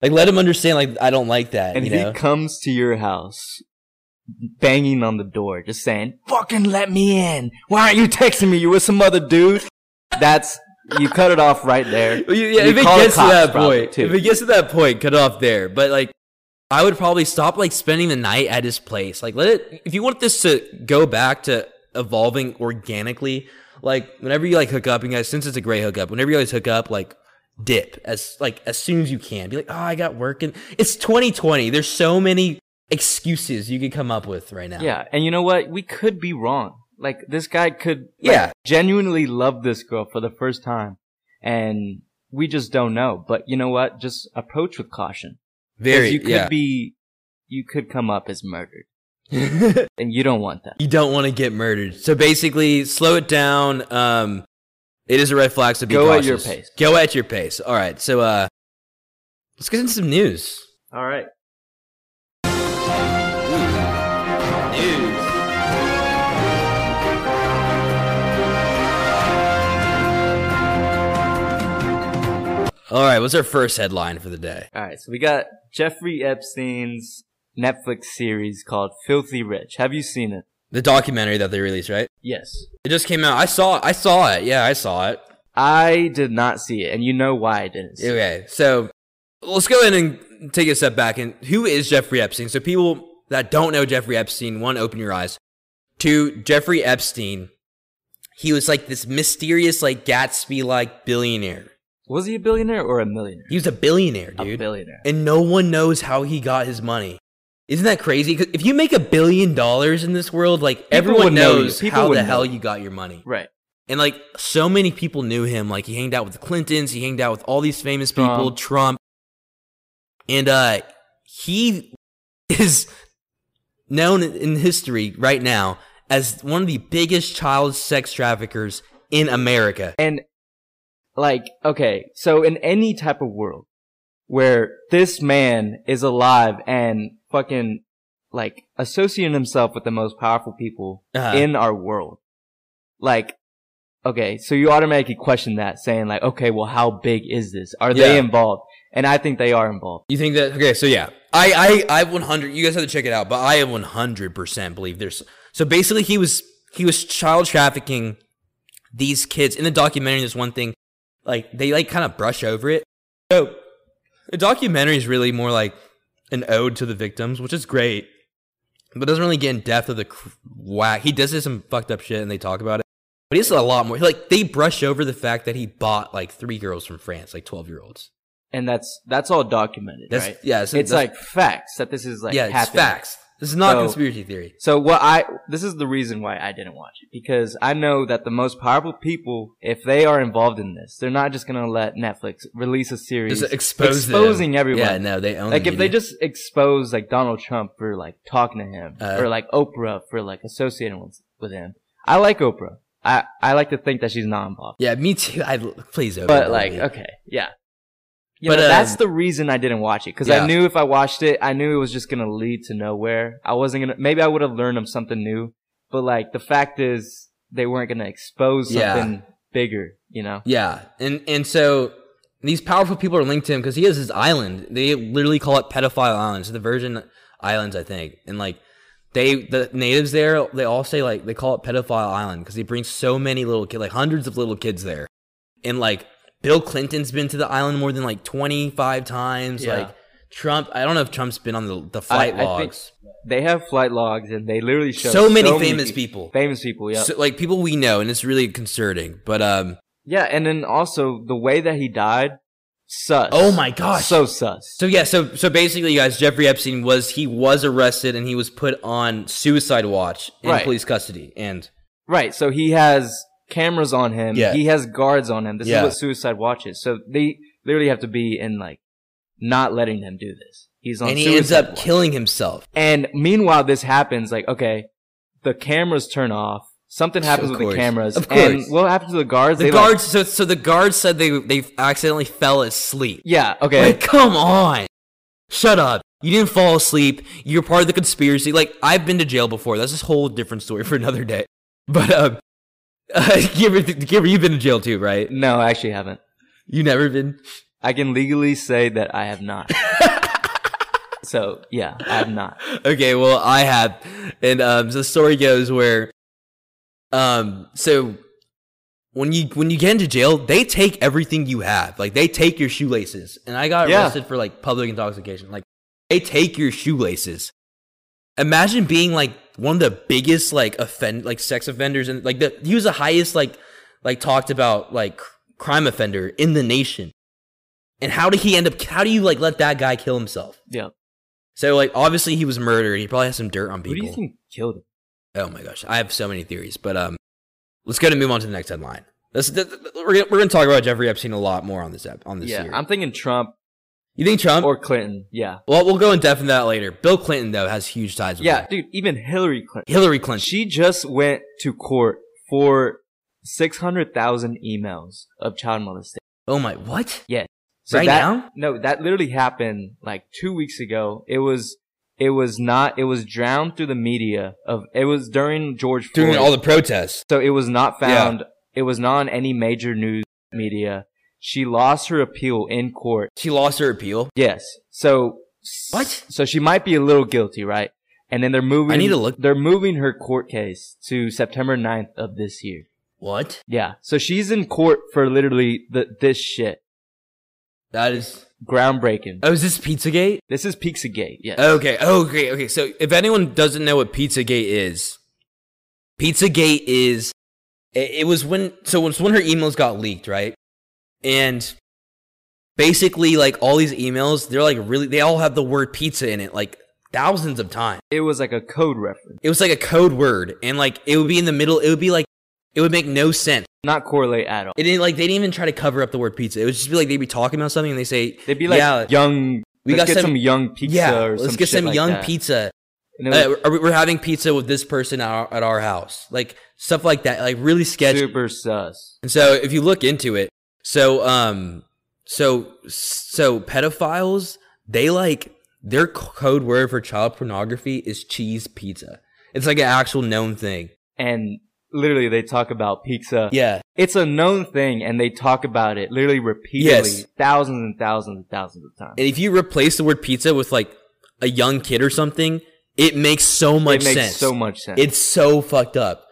[SPEAKER 1] like let him understand like I don't like that.
[SPEAKER 2] And
[SPEAKER 1] you
[SPEAKER 2] he
[SPEAKER 1] know?
[SPEAKER 2] comes to your house, banging on the door, just saying, "Fucking let me in! Why aren't you texting me? You with some other dude?" That's you cut it off right there.
[SPEAKER 1] Well, you- yeah,
[SPEAKER 2] You
[SPEAKER 1] if it
[SPEAKER 2] call the
[SPEAKER 1] gets to
[SPEAKER 2] cops
[SPEAKER 1] that
[SPEAKER 2] probably,
[SPEAKER 1] point,
[SPEAKER 2] too.
[SPEAKER 1] if it gets to that point, cut off there. But like, I would probably stop like spending the night at his place. Like, let it. If you want this to go back to evolving organically, like whenever you like hook up, and guys, since it's a great hookup, whenever you guys hook up, like dip as like as soon as you can. Be like, oh, I got work, and it's 2020. There's so many excuses you could come up with right now.
[SPEAKER 2] Yeah, and you know what? We could be wrong. Like this guy could, like,
[SPEAKER 1] Yeah.
[SPEAKER 2] genuinely love this girl for the first time, and we just don't know. But you know what? Just approach with caution. 'Cause
[SPEAKER 1] very.
[SPEAKER 2] You could
[SPEAKER 1] yeah.
[SPEAKER 2] be, you could come up as murdered, and you don't want that.
[SPEAKER 1] you don't want to get murdered. So basically, slow it down. Um, it is a red flag, so be
[SPEAKER 2] Go at
[SPEAKER 1] cautious.
[SPEAKER 2] your pace.
[SPEAKER 1] Go at your pace. All right. So uh, let's get into some news.
[SPEAKER 2] All right.
[SPEAKER 1] All right. What's our first headline for the day?
[SPEAKER 2] All right, so we got Jeffrey Epstein's Netflix series called Filthy Rich. Have you seen it?
[SPEAKER 1] The documentary that they released, right?
[SPEAKER 2] Yes.
[SPEAKER 1] It just came out. I saw. I saw it. Yeah, I saw it.
[SPEAKER 2] I did not see it, and you know why I didn't. See it.
[SPEAKER 1] Okay. So let's go ahead and take a step back. And who is Jeffrey Epstein? So people that don't know Jeffrey Epstein, one, open your eyes. Two, Jeffrey Epstein. He was like this mysterious, like Gatsby like billionaire.
[SPEAKER 2] Was he a billionaire or a millionaire?
[SPEAKER 1] He was a billionaire,
[SPEAKER 2] A
[SPEAKER 1] dude.
[SPEAKER 2] billionaire.
[SPEAKER 1] and no one knows how he got his money. Isn't that crazy? 'Cause If you make a billion dollars in this world, like everyone
[SPEAKER 2] would know you.
[SPEAKER 1] knows
[SPEAKER 2] People
[SPEAKER 1] how
[SPEAKER 2] would
[SPEAKER 1] the
[SPEAKER 2] know.
[SPEAKER 1] hell you got your money.
[SPEAKER 2] Right.
[SPEAKER 1] And like so many people knew him. Like he hanged out with the Clintons, he hanged out with all these famous people, Trump. And uh he is known in history right now as one of the biggest child sex traffickers in America.
[SPEAKER 2] And like, okay, so in any type of world where this man is alive and fucking like associating himself with the most powerful people
[SPEAKER 1] Uh-huh.
[SPEAKER 2] in our world, like, okay, so you automatically question that saying like, okay, well, how big is this? Are they
[SPEAKER 1] Yeah.
[SPEAKER 2] involved? And I think they are involved.
[SPEAKER 1] You think that? Okay, so yeah, I, I, I 100. You guys have to check it out, but I 100 percent believe there's. So basically, he was he was child trafficking these kids in the documentary. There's one thing, like they like kind of brush over it. So the documentary is really more like an ode to the victims, which is great, but doesn't really get in depth of the cr- whack. He does some fucked up shit, and they talk about it. But he's a lot more like they brush over the fact that he bought like three girls from France, like twelve year olds.
[SPEAKER 2] And that's, that's all documented,
[SPEAKER 1] That's-
[SPEAKER 2] right?
[SPEAKER 1] yeah, so
[SPEAKER 2] it's
[SPEAKER 1] that's-
[SPEAKER 2] like facts that this is like
[SPEAKER 1] yeah, it's
[SPEAKER 2] happening.
[SPEAKER 1] facts. This is not
[SPEAKER 2] So-
[SPEAKER 1] conspiracy theory.
[SPEAKER 2] So what I this is the reason why I didn't watch it because I know that the most powerful people, if they are involved in this, they're not just gonna let Netflix release a series
[SPEAKER 1] Just expose them.
[SPEAKER 2] exposing everyone.
[SPEAKER 1] Yeah, no, they own
[SPEAKER 2] like
[SPEAKER 1] the
[SPEAKER 2] if they
[SPEAKER 1] media.
[SPEAKER 2] just expose like Donald Trump for like talking to him
[SPEAKER 1] Uh.
[SPEAKER 2] or like Oprah for like associating with, with him. I like Oprah. I I like to think that she's not involved,
[SPEAKER 1] Yeah, me too. I please open
[SPEAKER 2] but
[SPEAKER 1] it.
[SPEAKER 2] like okay, yeah. You
[SPEAKER 1] But,
[SPEAKER 2] know,
[SPEAKER 1] um,
[SPEAKER 2] that's the reason I didn't watch it because
[SPEAKER 1] yeah.
[SPEAKER 2] I knew if I watched it, I knew it was just gonna lead to nowhere. I wasn't gonna. Maybe I would have learned them something new, but like the fact is, they weren't gonna expose
[SPEAKER 1] Yeah.
[SPEAKER 2] something bigger. You know?
[SPEAKER 1] Yeah, and and so these powerful people are linked to him because he has his island. They literally call it Pedophile Islands, the Virgin Islands, I think. And like they, the natives there, they all say like they call it Pedophile Island because he brings so many little kids, like hundreds of little kids there. And like Bill Clinton's been to the island more than like twenty five times.
[SPEAKER 2] Yeah.
[SPEAKER 1] Like Trump, I don't know if Trump's been on the the
[SPEAKER 2] I-
[SPEAKER 1] flight
[SPEAKER 2] I think
[SPEAKER 1] logs.
[SPEAKER 2] They have flight logs, and they literally show
[SPEAKER 1] So many famous people.
[SPEAKER 2] Famous people, yeah,
[SPEAKER 1] So, like people we know, and it's really concerning. But um,
[SPEAKER 2] yeah. And then also the way that he died, sus.
[SPEAKER 1] Oh my gosh.
[SPEAKER 2] so sus.
[SPEAKER 1] so yeah, so so basically, you guys, Jeffrey Epstein was he was arrested and he was put on suicide watch in
[SPEAKER 2] Right.
[SPEAKER 1] police custody, and
[SPEAKER 2] Right. So he has cameras on him.
[SPEAKER 1] Yeah.
[SPEAKER 2] He has guards on him. This
[SPEAKER 1] Yeah.
[SPEAKER 2] is what suicide watches. So they literally have to be in like not letting him do this. He's on
[SPEAKER 1] and
[SPEAKER 2] suicide
[SPEAKER 1] he ends up
[SPEAKER 2] watch.
[SPEAKER 1] killing himself.
[SPEAKER 2] And meanwhile, this happens. Like, okay, the cameras turn off. Something happens
[SPEAKER 1] Of
[SPEAKER 2] with the
[SPEAKER 1] course.
[SPEAKER 2] cameras.
[SPEAKER 1] Of
[SPEAKER 2] And
[SPEAKER 1] course.
[SPEAKER 2] what happens to the guards?
[SPEAKER 1] The
[SPEAKER 2] They, like-
[SPEAKER 1] guards, so so the guards said they they accidentally fell asleep.
[SPEAKER 2] yeah. Okay.
[SPEAKER 1] Like, come on, shut up. You didn't fall asleep. You're part of the conspiracy. Like I've been to jail before. That's a whole different story for another day. But um, uh, Gibber, Gibber, you've been to jail too, right?
[SPEAKER 2] no, I actually haven't.
[SPEAKER 1] You never been.
[SPEAKER 2] I can legally say that I have not. so yeah, I have not.
[SPEAKER 1] okay, well, I have, and um, so the story goes where, um, so when you when you get into jail, they take everything you have, like they take your shoelaces, and I got
[SPEAKER 2] Yeah.
[SPEAKER 1] arrested for like public intoxication, like they take your shoelaces. Imagine being like one of the biggest like offend like sex offenders, and like the he was the highest like like talked about like cr- crime offender in the nation. And how did he end up? How do you like let that guy kill himself?
[SPEAKER 2] Yeah.
[SPEAKER 1] So like obviously he was murdered. He probably has some dirt on
[SPEAKER 2] Who do
[SPEAKER 1] people.
[SPEAKER 2] you think killed him?
[SPEAKER 1] oh my gosh, I have so many theories. But um, let's go to move on to the next headline. This, th- th- we're gonna, we're gonna talk about Jeffrey Epstein a lot more on this ep- on this Um,
[SPEAKER 2] Yeah,
[SPEAKER 1] series.
[SPEAKER 2] I'm thinking Trump
[SPEAKER 1] you think Trump?
[SPEAKER 2] or Clinton. Yeah.
[SPEAKER 1] well, we'll go in depth into that later. Bill Clinton though has huge ties. With
[SPEAKER 2] Yeah,
[SPEAKER 1] him.
[SPEAKER 2] dude, even Hillary Clinton.
[SPEAKER 1] Hillary Clinton.
[SPEAKER 2] She just went to court for 600,000 emails of child molestation.
[SPEAKER 1] oh my, what?
[SPEAKER 2] So
[SPEAKER 1] Right
[SPEAKER 2] that,
[SPEAKER 1] now?
[SPEAKER 2] No, that literally happened like two weeks ago. It was, it was not, it was drowned through the media of, it was during George Floyd.
[SPEAKER 1] During all the protests.
[SPEAKER 2] so it was not
[SPEAKER 1] Yeah.
[SPEAKER 2] found, it was not on any major news media. She lost her appeal in court.
[SPEAKER 1] She lost her appeal.
[SPEAKER 2] Yes. So
[SPEAKER 1] What?
[SPEAKER 2] So she might be a little guilty, right? And then they're moving.
[SPEAKER 1] I need to look-
[SPEAKER 2] They're moving her court case to September 9th of this year.
[SPEAKER 1] What?
[SPEAKER 2] Yeah. So she's in court for literally the, this shit.
[SPEAKER 1] That is.
[SPEAKER 2] Groundbreaking.
[SPEAKER 1] Oh, is this Pizzagate?
[SPEAKER 2] This is Pizzagate. Yes.
[SPEAKER 1] Okay. Oh, great. Okay. So if anyone doesn't know what Pizzagate is, Pizzagate is it, it was when so it's when her emails got leaked, right? And basically, like all these emails, they're like really they all have the word pizza in it, like thousands of times.
[SPEAKER 2] It was like a code reference.
[SPEAKER 1] It was like a code word, and like it would be in the middle. It would be like it would make no sense.
[SPEAKER 2] Not correlate at all.
[SPEAKER 1] It didn't like they didn't even try to cover up the word pizza. It would just be like they'd be talking about something and they say
[SPEAKER 2] They'd be like
[SPEAKER 1] yeah,
[SPEAKER 2] young
[SPEAKER 1] We
[SPEAKER 2] let's
[SPEAKER 1] got
[SPEAKER 2] get
[SPEAKER 1] some-
[SPEAKER 2] some, young pizza
[SPEAKER 1] yeah,
[SPEAKER 2] or
[SPEAKER 1] let's
[SPEAKER 2] some
[SPEAKER 1] get
[SPEAKER 2] shit
[SPEAKER 1] some
[SPEAKER 2] like
[SPEAKER 1] young
[SPEAKER 2] that.
[SPEAKER 1] pizza.
[SPEAKER 2] And it was
[SPEAKER 1] Uh, we're, we're having pizza with this person at our, at our house, like stuff like that, like really sketchy.
[SPEAKER 2] super sus.
[SPEAKER 1] And so if you look into it, so um so so pedophiles, they like their c- code word for child pornography is cheese pizza. It's like an actual known thing.
[SPEAKER 2] And literally, they talk about pizza.
[SPEAKER 1] Yeah.
[SPEAKER 2] It's a known thing, and they talk about it literally repeatedly,
[SPEAKER 1] Yes.
[SPEAKER 2] thousands and thousands and thousands of times.
[SPEAKER 1] And if you replace the word pizza with like a young kid or something, it makes so much
[SPEAKER 2] it makes
[SPEAKER 1] sense.
[SPEAKER 2] so much sense.
[SPEAKER 1] It's so fucked up.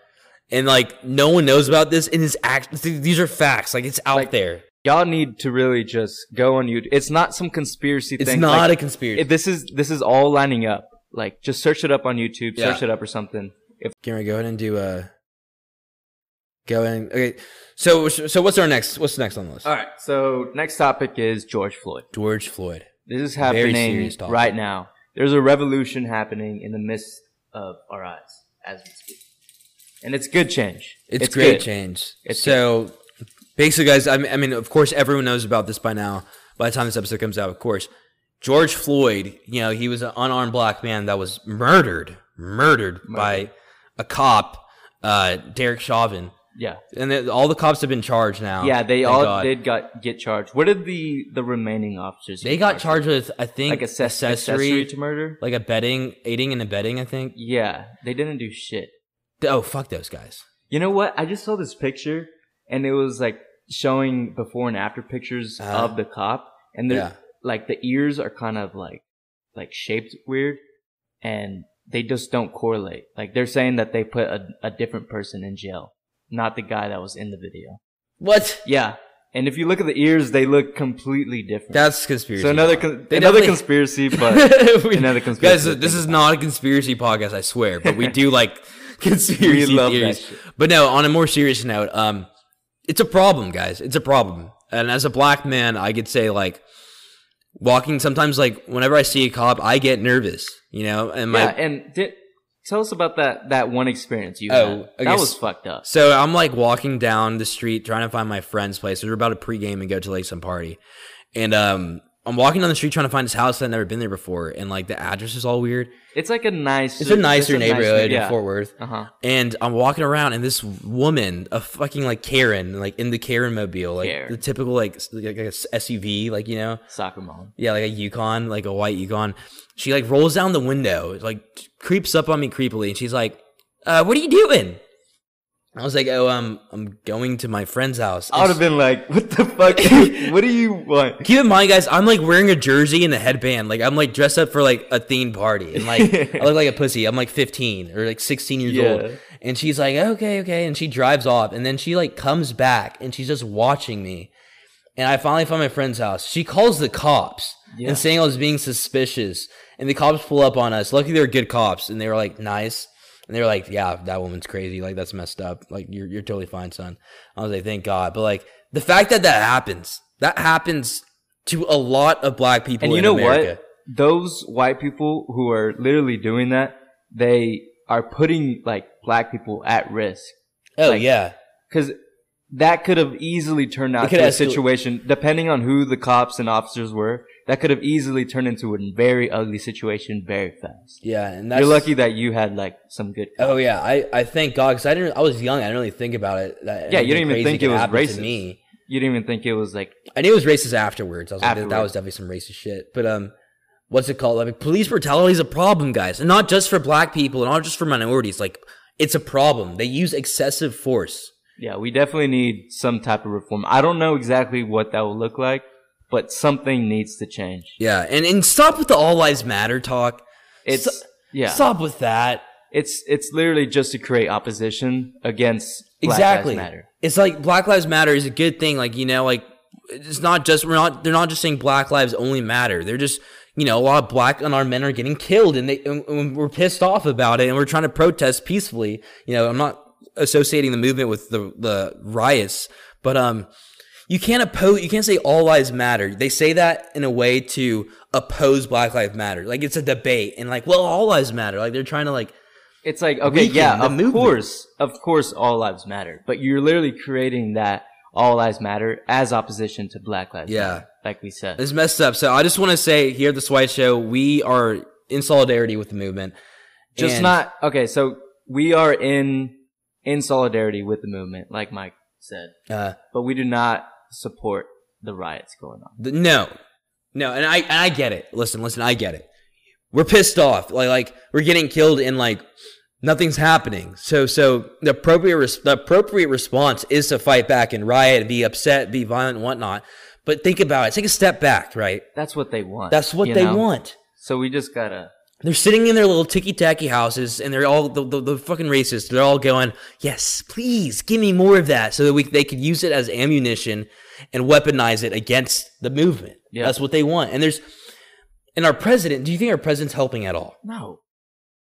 [SPEAKER 1] And like no one knows about this and it's act th- these are facts. Like it's out there.
[SPEAKER 2] Y'all need to really just go on YouTube. It's not some conspiracy
[SPEAKER 1] It's
[SPEAKER 2] thing.
[SPEAKER 1] not a
[SPEAKER 2] like,
[SPEAKER 1] conspiracy.
[SPEAKER 2] if this is this is all lining up. Like, just search it up on YouTube.
[SPEAKER 1] Yeah.
[SPEAKER 2] Search it up or something. If
[SPEAKER 1] Can we go ahead and do uh go and okay. So so what's our next what's next on the list?
[SPEAKER 2] all right. So next topic is George Floyd.
[SPEAKER 1] George Floyd.
[SPEAKER 2] This is
[SPEAKER 1] Very
[SPEAKER 2] happening
[SPEAKER 1] serious topic.
[SPEAKER 2] right now. There's a revolution happening in the midst of our eyes as we speak, and it's good change.
[SPEAKER 1] It's, great
[SPEAKER 2] good.
[SPEAKER 1] change.
[SPEAKER 2] It's
[SPEAKER 1] so basically, guys, I mean, I mean, of course, everyone knows about this by now. By the time this episode comes out, of course, George Floyd. You know, he was an unarmed black man that was murdered, murdered, by a cop, uh, Derek Chauvin,
[SPEAKER 2] Yeah,
[SPEAKER 1] and then all the cops have been charged now.
[SPEAKER 2] yeah. They
[SPEAKER 1] Oh, Thank
[SPEAKER 2] all
[SPEAKER 1] God.
[SPEAKER 2] did got get charged. What did the the remaining officers?
[SPEAKER 1] They
[SPEAKER 2] get
[SPEAKER 1] got charged with, I
[SPEAKER 2] with?
[SPEAKER 1] think,
[SPEAKER 2] like assess- accessory, to murder.
[SPEAKER 1] like abetting, aiding and abetting. I think.
[SPEAKER 2] Yeah, they didn't do shit.
[SPEAKER 1] Oh fuck those guys.
[SPEAKER 2] You know what? I just saw this picture, and it was like showing before and after pictures
[SPEAKER 1] Uh-huh.
[SPEAKER 2] of the cop, and they're
[SPEAKER 1] Yeah.
[SPEAKER 2] like the ears are kind of like like shaped weird, and they just don't correlate. Like they're saying that they put a, a different person in jail, not the guy that was in the video.
[SPEAKER 1] What?
[SPEAKER 2] Yeah, and if you look at the ears, they look completely different.
[SPEAKER 1] That's conspiracy.
[SPEAKER 2] so another con-
[SPEAKER 1] They
[SPEAKER 2] another
[SPEAKER 1] definitely-
[SPEAKER 2] conspiracy, but
[SPEAKER 1] We-
[SPEAKER 2] another
[SPEAKER 1] Guys,
[SPEAKER 2] conspiracy. to
[SPEAKER 1] this
[SPEAKER 2] think
[SPEAKER 1] is
[SPEAKER 2] about.
[SPEAKER 1] not a conspiracy podcast, I swear, but we do like conspiracy
[SPEAKER 2] We love that
[SPEAKER 1] theories.
[SPEAKER 2] shit.
[SPEAKER 1] But no, on a more serious note, um, it's a problem, guys. It's a problem. And as a black man, I could say like walking. Sometimes, like whenever I see a cop, I get nervous. You know, and my
[SPEAKER 2] yeah. And di- tell us about that that one experience you
[SPEAKER 1] Oh, I
[SPEAKER 2] had. That
[SPEAKER 1] guess-
[SPEAKER 2] was fucked up.
[SPEAKER 1] So I'm like walking down the street trying to find my friend's place. We were about to pregame and go to like some party. And um I'm walking down the street trying to find his house. I'd never been there before. And like the address is all weird.
[SPEAKER 2] It's like a nice.
[SPEAKER 1] It's a nicer
[SPEAKER 2] nice
[SPEAKER 1] neighborhood
[SPEAKER 2] neigh-
[SPEAKER 1] in Fort Worth.
[SPEAKER 2] Uh-huh.
[SPEAKER 1] And I'm walking around, and this woman, a fucking like Karen, like in the Karen mobile, like
[SPEAKER 2] Karen.
[SPEAKER 1] the typical like s- like, like a s- SUV, like you know,
[SPEAKER 2] Soccer mom.
[SPEAKER 1] yeah, like a Yukon, like a white Yukon. She like rolls down the window, like creeps up on me creepily, and she's like, uh, "What are you doing?" I was like, "Oh, um, I'm going to my friend's house."
[SPEAKER 2] I would
[SPEAKER 1] And
[SPEAKER 2] have been like, "What the fuck? what do you want?"
[SPEAKER 1] Keep in mind, guys, I'm like wearing a jersey and a headband. Like I'm like dressed up for like a themed party, and like I look like a pussy. I'm like 15 or like 16 years
[SPEAKER 2] Yeah.
[SPEAKER 1] old, and she's like, okay, okay, and she drives off, and then she like comes back, and she's just watching me, and I finally find my friend's house. She calls the cops
[SPEAKER 2] Yeah.
[SPEAKER 1] and saying I was being suspicious, and the cops pull up on us. Luckily, they were good cops, and they were like nice. And they were like, "Yeah, that woman's crazy. Like that's messed up. Like you're you're totally fine, son." I was like, "Thank God." But like the fact that that happens, that happens to a lot of black people.
[SPEAKER 2] And you
[SPEAKER 1] in
[SPEAKER 2] know
[SPEAKER 1] America.
[SPEAKER 2] what? Those white people who are literally doing that, they are putting like black people at risk
[SPEAKER 1] Oh
[SPEAKER 2] Like,
[SPEAKER 1] yeah,
[SPEAKER 2] because that could have easily turned
[SPEAKER 1] It
[SPEAKER 2] out
[SPEAKER 1] could
[SPEAKER 2] to a
[SPEAKER 1] escalate.
[SPEAKER 2] situation, depending on who the cops and officers were. That could have easily turned into a very ugly situation very fast.
[SPEAKER 1] yeah. And that's
[SPEAKER 2] You're lucky that you had like some good.
[SPEAKER 1] Oh yeah, I, I thank God because I didn't. I was young. I didn't really think about it. That
[SPEAKER 2] Yeah, you didn't
[SPEAKER 1] anything crazy
[SPEAKER 2] even think
[SPEAKER 1] could
[SPEAKER 2] it was
[SPEAKER 1] happen to
[SPEAKER 2] racist.
[SPEAKER 1] Me,
[SPEAKER 2] You didn't even think it was like
[SPEAKER 1] I knew it was racist afterwards. I was like, that- that
[SPEAKER 2] Afterwards.
[SPEAKER 1] was definitely some racist shit. But um, what's it called? Like, police brutality is a problem, guys, and not just for black people, and not just for minorities. Like, it's a problem. They use excessive force.
[SPEAKER 2] Yeah, we definitely need some type of reform. I don't know exactly what that will look like, but something needs to change.
[SPEAKER 1] Yeah, and and stop with the all lives matter talk.
[SPEAKER 2] It's
[SPEAKER 1] So-
[SPEAKER 2] yeah,
[SPEAKER 1] Stop with that.
[SPEAKER 2] it's it's literally just to create opposition against Black
[SPEAKER 1] exactly
[SPEAKER 2] Lives Matter.
[SPEAKER 1] it's like black lives matter is a good thing like you know like it's not just we're not they're not just saying black lives only matter they're just you know a lot of black unarmed men are getting killed and they and, and we're pissed off about it and we're trying to protest peacefully you know i'm not associating the movement with the the riots but um you can't oppose you can't say all lives matter they say that in a way to oppose black lives matter like it's a debate and like well all lives matter like they're trying to like
[SPEAKER 2] It's like okay,
[SPEAKER 1] Weaken
[SPEAKER 2] yeah,
[SPEAKER 1] the
[SPEAKER 2] of
[SPEAKER 1] movement.
[SPEAKER 2] course, of course, all lives matter, but you're literally creating that all lives matter as opposition to black lives
[SPEAKER 1] Yeah.
[SPEAKER 2] matter, like we said
[SPEAKER 1] It's messed up. So I just want to say here at the White Show, we are in solidarity with the movement.
[SPEAKER 2] just
[SPEAKER 1] And-
[SPEAKER 2] not okay so we are in in solidarity with the movement like mike said
[SPEAKER 1] Uh,
[SPEAKER 2] but we do not support the riots going on
[SPEAKER 1] The, no, no, and I and I get it. Listen, listen, I get it. We're pissed off. Like like we're getting killed and like nothing's happening. So so the appropriate res- the appropriate response is to fight back and riot, be upset, be violent, and whatnot. But think about it. Take a step back. Right.
[SPEAKER 2] that's what they want
[SPEAKER 1] That's what
[SPEAKER 2] you
[SPEAKER 1] they
[SPEAKER 2] know?
[SPEAKER 1] want.
[SPEAKER 2] so we just gotta
[SPEAKER 1] They're sitting in their little ticky tacky houses, and they're all the, the, the fucking racists. They're all going, "Yes, please, give me more of that," so that we they could use it as ammunition and weaponize it against the movement.
[SPEAKER 2] Yeah.
[SPEAKER 1] That's what they want. And there's, and our president. Do you think our president's helping at all?
[SPEAKER 2] No.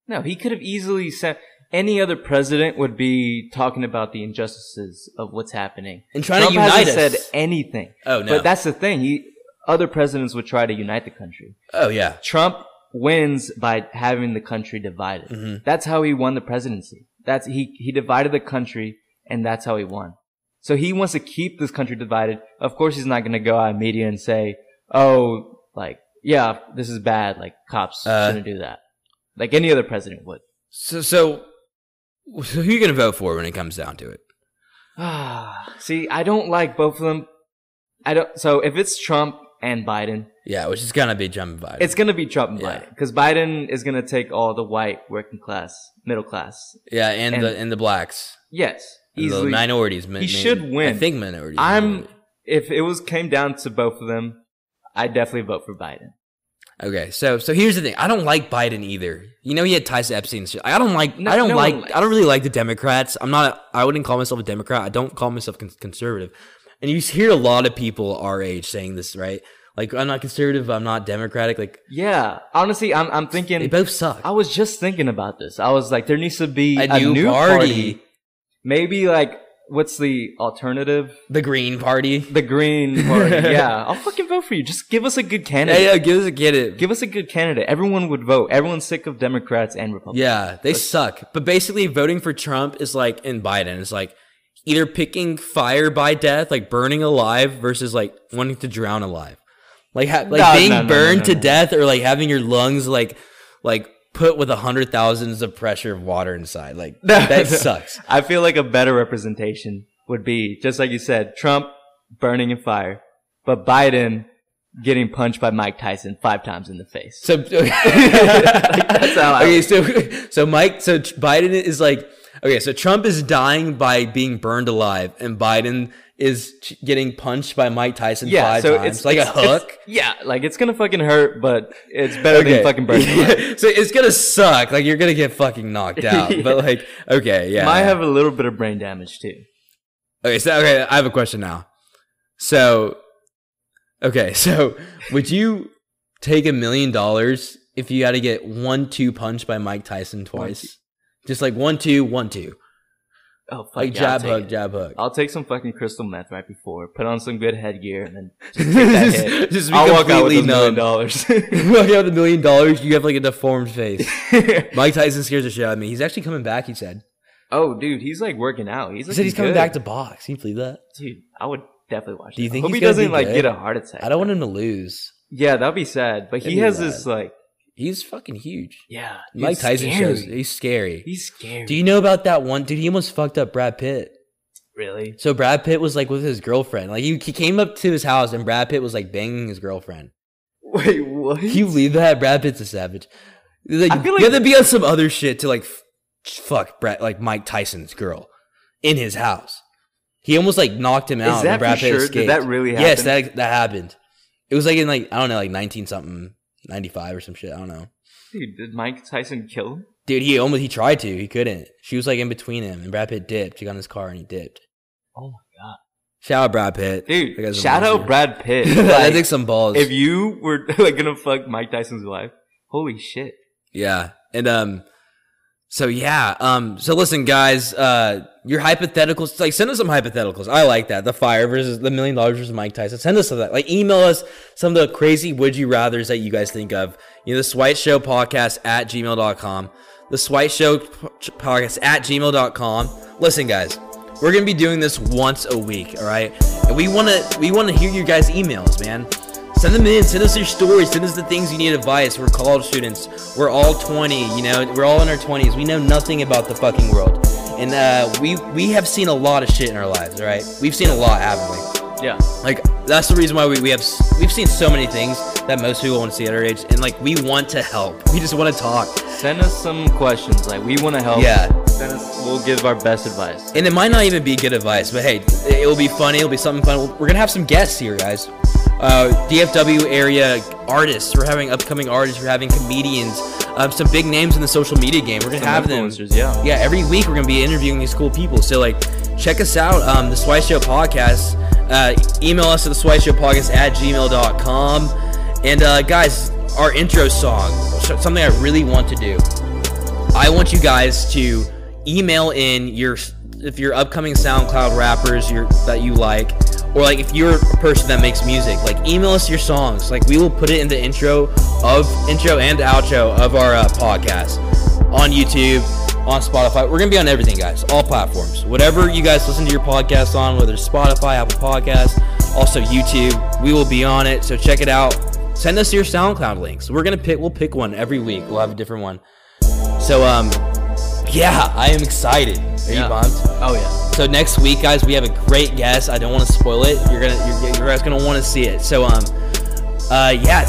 [SPEAKER 2] No, he could have easily said any other president would be talking about the injustices of what's happening.
[SPEAKER 1] And trying to
[SPEAKER 2] Trump
[SPEAKER 1] unite
[SPEAKER 2] hasn't
[SPEAKER 1] us.
[SPEAKER 2] said anything.
[SPEAKER 1] Oh, no.
[SPEAKER 2] But that's the thing. He other presidents would try to unite the country.
[SPEAKER 1] Oh yeah,
[SPEAKER 2] Trump wins by having the country divided.
[SPEAKER 1] Mm-hmm.
[SPEAKER 2] That's how he won the presidency. That's he he divided the country and that's how he won. So he wants to keep this country divided. Of course he's not going to go out in media and say, "Oh, like yeah, this is bad. Like cops
[SPEAKER 1] Uh,
[SPEAKER 2] shouldn't do that." Like any other president would.
[SPEAKER 1] So so, so who you gonna vote for when it comes down to it?
[SPEAKER 2] Ah, see, I don't like both of them. I don't. So if it's Trump and Biden,
[SPEAKER 1] Yeah, which is gonna be Joe Biden.
[SPEAKER 2] it's gonna be Trump and
[SPEAKER 1] Yeah.
[SPEAKER 2] Biden because Biden is gonna take all the white working class, middle class.
[SPEAKER 1] yeah, and, the
[SPEAKER 2] and-
[SPEAKER 1] and the blacks,
[SPEAKER 2] Yes,
[SPEAKER 1] and
[SPEAKER 2] easily.
[SPEAKER 1] the minorities. ma-
[SPEAKER 2] He
[SPEAKER 1] ma-
[SPEAKER 2] should win.
[SPEAKER 1] I think minorities.
[SPEAKER 2] I'm. If it was came down to both of them, I definitely vote for Biden.
[SPEAKER 1] Okay, so so here's the thing. I don't like Biden either. You know, he had ties to Epstein. So I don't like. I don't
[SPEAKER 2] no one
[SPEAKER 1] like.
[SPEAKER 2] likes-
[SPEAKER 1] I don't really like the Democrats. I'm not. A, I wouldn't call myself a Democrat. I don't call myself con- conservative. And you hear a lot of people our age saying this, right? Like, I'm not conservative. I'm not Democratic. Like,
[SPEAKER 2] Yeah, honestly, I'm. I'm
[SPEAKER 1] they
[SPEAKER 2] thinking.
[SPEAKER 1] both suck.
[SPEAKER 2] I was just thinking about this. I was like, there needs to be
[SPEAKER 1] A
[SPEAKER 2] a,
[SPEAKER 1] new
[SPEAKER 2] new,
[SPEAKER 1] party.
[SPEAKER 2] party. Maybe like, what's the alternative?
[SPEAKER 1] The Green Party.
[SPEAKER 2] The Green Party. yeah, I'll fucking vote for you. Just give us a good
[SPEAKER 1] Yeah,
[SPEAKER 2] candidate.
[SPEAKER 1] yeah. Give us a get it.
[SPEAKER 2] Give us a good candidate. Everyone would vote. Everyone's sick of Democrats and Republicans.
[SPEAKER 1] yeah, they suck. But basically, voting for Trump is like and Biden is like either picking fire by death, like burning alive, versus like wanting to drown alive, like ha- like
[SPEAKER 2] No,
[SPEAKER 1] being
[SPEAKER 2] no, no, no,
[SPEAKER 1] burned
[SPEAKER 2] no,
[SPEAKER 1] to
[SPEAKER 2] no.
[SPEAKER 1] death, or like having your lungs like like put with a hundred thousands of pressure of water inside. Like that sucks.
[SPEAKER 2] I feel like a better representation would be just like you said, Trump burning in fire, but Biden getting punched by Mike Tyson five times in the face.
[SPEAKER 1] So that's
[SPEAKER 2] how I-
[SPEAKER 1] okay. So so Mike. So Tr- Biden is like okay. So Trump is dying by being burned alive, and Biden is ch- getting punched by Mike Tyson
[SPEAKER 2] Yeah,
[SPEAKER 1] five
[SPEAKER 2] so
[SPEAKER 1] times,
[SPEAKER 2] it's
[SPEAKER 1] like
[SPEAKER 2] it's-
[SPEAKER 1] a hook.
[SPEAKER 2] it's- yeah, like it's gonna fucking hurt, but it's better than fucking burning. alive.
[SPEAKER 1] so it's gonna suck. Like you're gonna get fucking knocked out. But like, okay, yeah.
[SPEAKER 2] Might have a little bit of brain damage too.
[SPEAKER 1] okay, so okay, I have a question now. So, okay, so would you take a million dollars if you had to get one two punch by Mike Tyson twice? Just like one two, one two,
[SPEAKER 2] Oh fuck,
[SPEAKER 1] like
[SPEAKER 2] yeah, I'll
[SPEAKER 1] jab
[SPEAKER 2] take
[SPEAKER 1] hook,
[SPEAKER 2] it.
[SPEAKER 1] jab hook.
[SPEAKER 2] I'll take some fucking crystal meth right before, put on some good headgear, and then just take that hit.
[SPEAKER 1] just, just be
[SPEAKER 2] I'll walk out with
[SPEAKER 1] completely
[SPEAKER 2] those million
[SPEAKER 1] numb.
[SPEAKER 2] dollars.
[SPEAKER 1] You walk out with a million dollars, you have like a deformed face. Mike Tyson scares the shit out of me. He's actually coming back. He said.
[SPEAKER 2] oh, dude, he's like working out. He's
[SPEAKER 1] He
[SPEAKER 2] like
[SPEAKER 1] said he's coming back to box. Can you believe that?
[SPEAKER 2] Dude, I would definitely watch.
[SPEAKER 1] Do you
[SPEAKER 2] that.
[SPEAKER 1] think
[SPEAKER 2] Hope
[SPEAKER 1] he's
[SPEAKER 2] he
[SPEAKER 1] gonna
[SPEAKER 2] doesn't
[SPEAKER 1] be
[SPEAKER 2] like
[SPEAKER 1] good?
[SPEAKER 2] get a heart attack?
[SPEAKER 1] I don't want him to lose.
[SPEAKER 2] Yeah, that'd be sad. But
[SPEAKER 1] That'd
[SPEAKER 2] he
[SPEAKER 1] be
[SPEAKER 2] has
[SPEAKER 1] bad.
[SPEAKER 2] this like.
[SPEAKER 1] He's fucking huge.
[SPEAKER 2] Yeah, dude,
[SPEAKER 1] Mike Tyson
[SPEAKER 2] scary.
[SPEAKER 1] shows he's scary.
[SPEAKER 2] He's scary.
[SPEAKER 1] Do you know about that one dude? He almost fucked up Brad Pitt.
[SPEAKER 2] really?
[SPEAKER 1] So Brad Pitt was like with his girlfriend. Like he, he came up to his house and Brad Pitt was like banging his girlfriend.
[SPEAKER 2] Wait, what?
[SPEAKER 1] Can you believe that? Brad Pitt's a savage. Like,
[SPEAKER 2] I feel
[SPEAKER 1] you
[SPEAKER 2] like-
[SPEAKER 1] have to be on some other shit to like f- fuck Brad like Mike Tyson's girl in his house. He almost like knocked him out.
[SPEAKER 2] that
[SPEAKER 1] and Brad
[SPEAKER 2] for
[SPEAKER 1] Pitt
[SPEAKER 2] sure? Did
[SPEAKER 1] escaped.
[SPEAKER 2] that really
[SPEAKER 1] Yes,
[SPEAKER 2] happen?
[SPEAKER 1] that that happened. It was like in like I don't know like nineteen something, ninety five or some shit. I don't know.
[SPEAKER 2] Dude, did Mike Tyson kill him?
[SPEAKER 1] Dude, he almost he tried to, he couldn't. She was like in between him, and Brad Pitt dipped. He got in his car and he dipped.
[SPEAKER 2] Oh my
[SPEAKER 1] god! Shout out Brad Pitt, That
[SPEAKER 2] Dude,
[SPEAKER 1] guy's a
[SPEAKER 2] shout
[SPEAKER 1] monster.
[SPEAKER 2] out Brad Pitt.
[SPEAKER 1] that
[SPEAKER 2] Like,
[SPEAKER 1] took some balls.
[SPEAKER 2] if you were like gonna fuck Mike Tyson's wife, holy shit!
[SPEAKER 1] yeah, and um, so yeah, um, so listen, guys, uh, your hypotheticals, like send us some hypotheticals. I like that. The fire versus the million dollars versus Mike Tyson. Send us some of that. Like email us some of the crazy would you rather's that you guys think of. You know, the Swite Show podcast at gmail.com. The Swite Show podcast at gmail.com. Listen, guys. We're gonna be doing this once a week, all right? And we wanna we wanna hear you guys' emails, man. Send them in. Send us your stories. Send us the things you need advice. We're college students. We're all 20. You know, we're all in our 20s. We know nothing about the fucking world, and uh, we we have seen a lot of shit in our lives, all right? We've seen a lot, haven't we?
[SPEAKER 2] Yeah.
[SPEAKER 1] Like that's the reason why we, we have s- we've seen so many things that most people won't see at our age, and like we want to help. We just want to talk.
[SPEAKER 2] Send us some questions. Like we want to help.
[SPEAKER 1] Yeah.
[SPEAKER 2] Send us. We'll give our best advice.
[SPEAKER 1] And it might not even be good advice, but hey, it will be funny. It'll be something fun. We're gonna have some guests here, guys. Uh, DFW area artists. We're having upcoming artists. We're having comedians. Um, some big names in the social media game. We're gonna
[SPEAKER 2] Some
[SPEAKER 1] have them.
[SPEAKER 2] influencers, yeah.
[SPEAKER 1] Yeah. Every week we're gonna be interviewing these cool people. So like, check us out. Um, the Swice Show podcast. Uh, email us at the Swice Show podcast at gmail.com. And uh, guys, our intro song. Something I really want to do. I want you guys to email in your if your upcoming SoundCloud rappers your, that you like, or like if you're a person that makes music, like email us your songs. Like we will put it in the intro of intro and outro of our uh, podcast on YouTube, on Spotify. We're gonna be on everything, guys, all platforms. Whatever you guys listen to your podcast on, whether it's Spotify, Apple Podcasts, also YouTube, we will be on it. So check it out. Send us your SoundCloud links. We're gonna pick. We'll pick one every week. We'll have a different one. So um, yeah, I am excited. Are
[SPEAKER 2] Yeah.
[SPEAKER 1] you pumped?
[SPEAKER 2] Oh yeah.
[SPEAKER 1] So next week, guys, we have a great guest. I don't want to spoil it. You're gonna, you're, you guys gonna want to see it. So um, uh, yeah,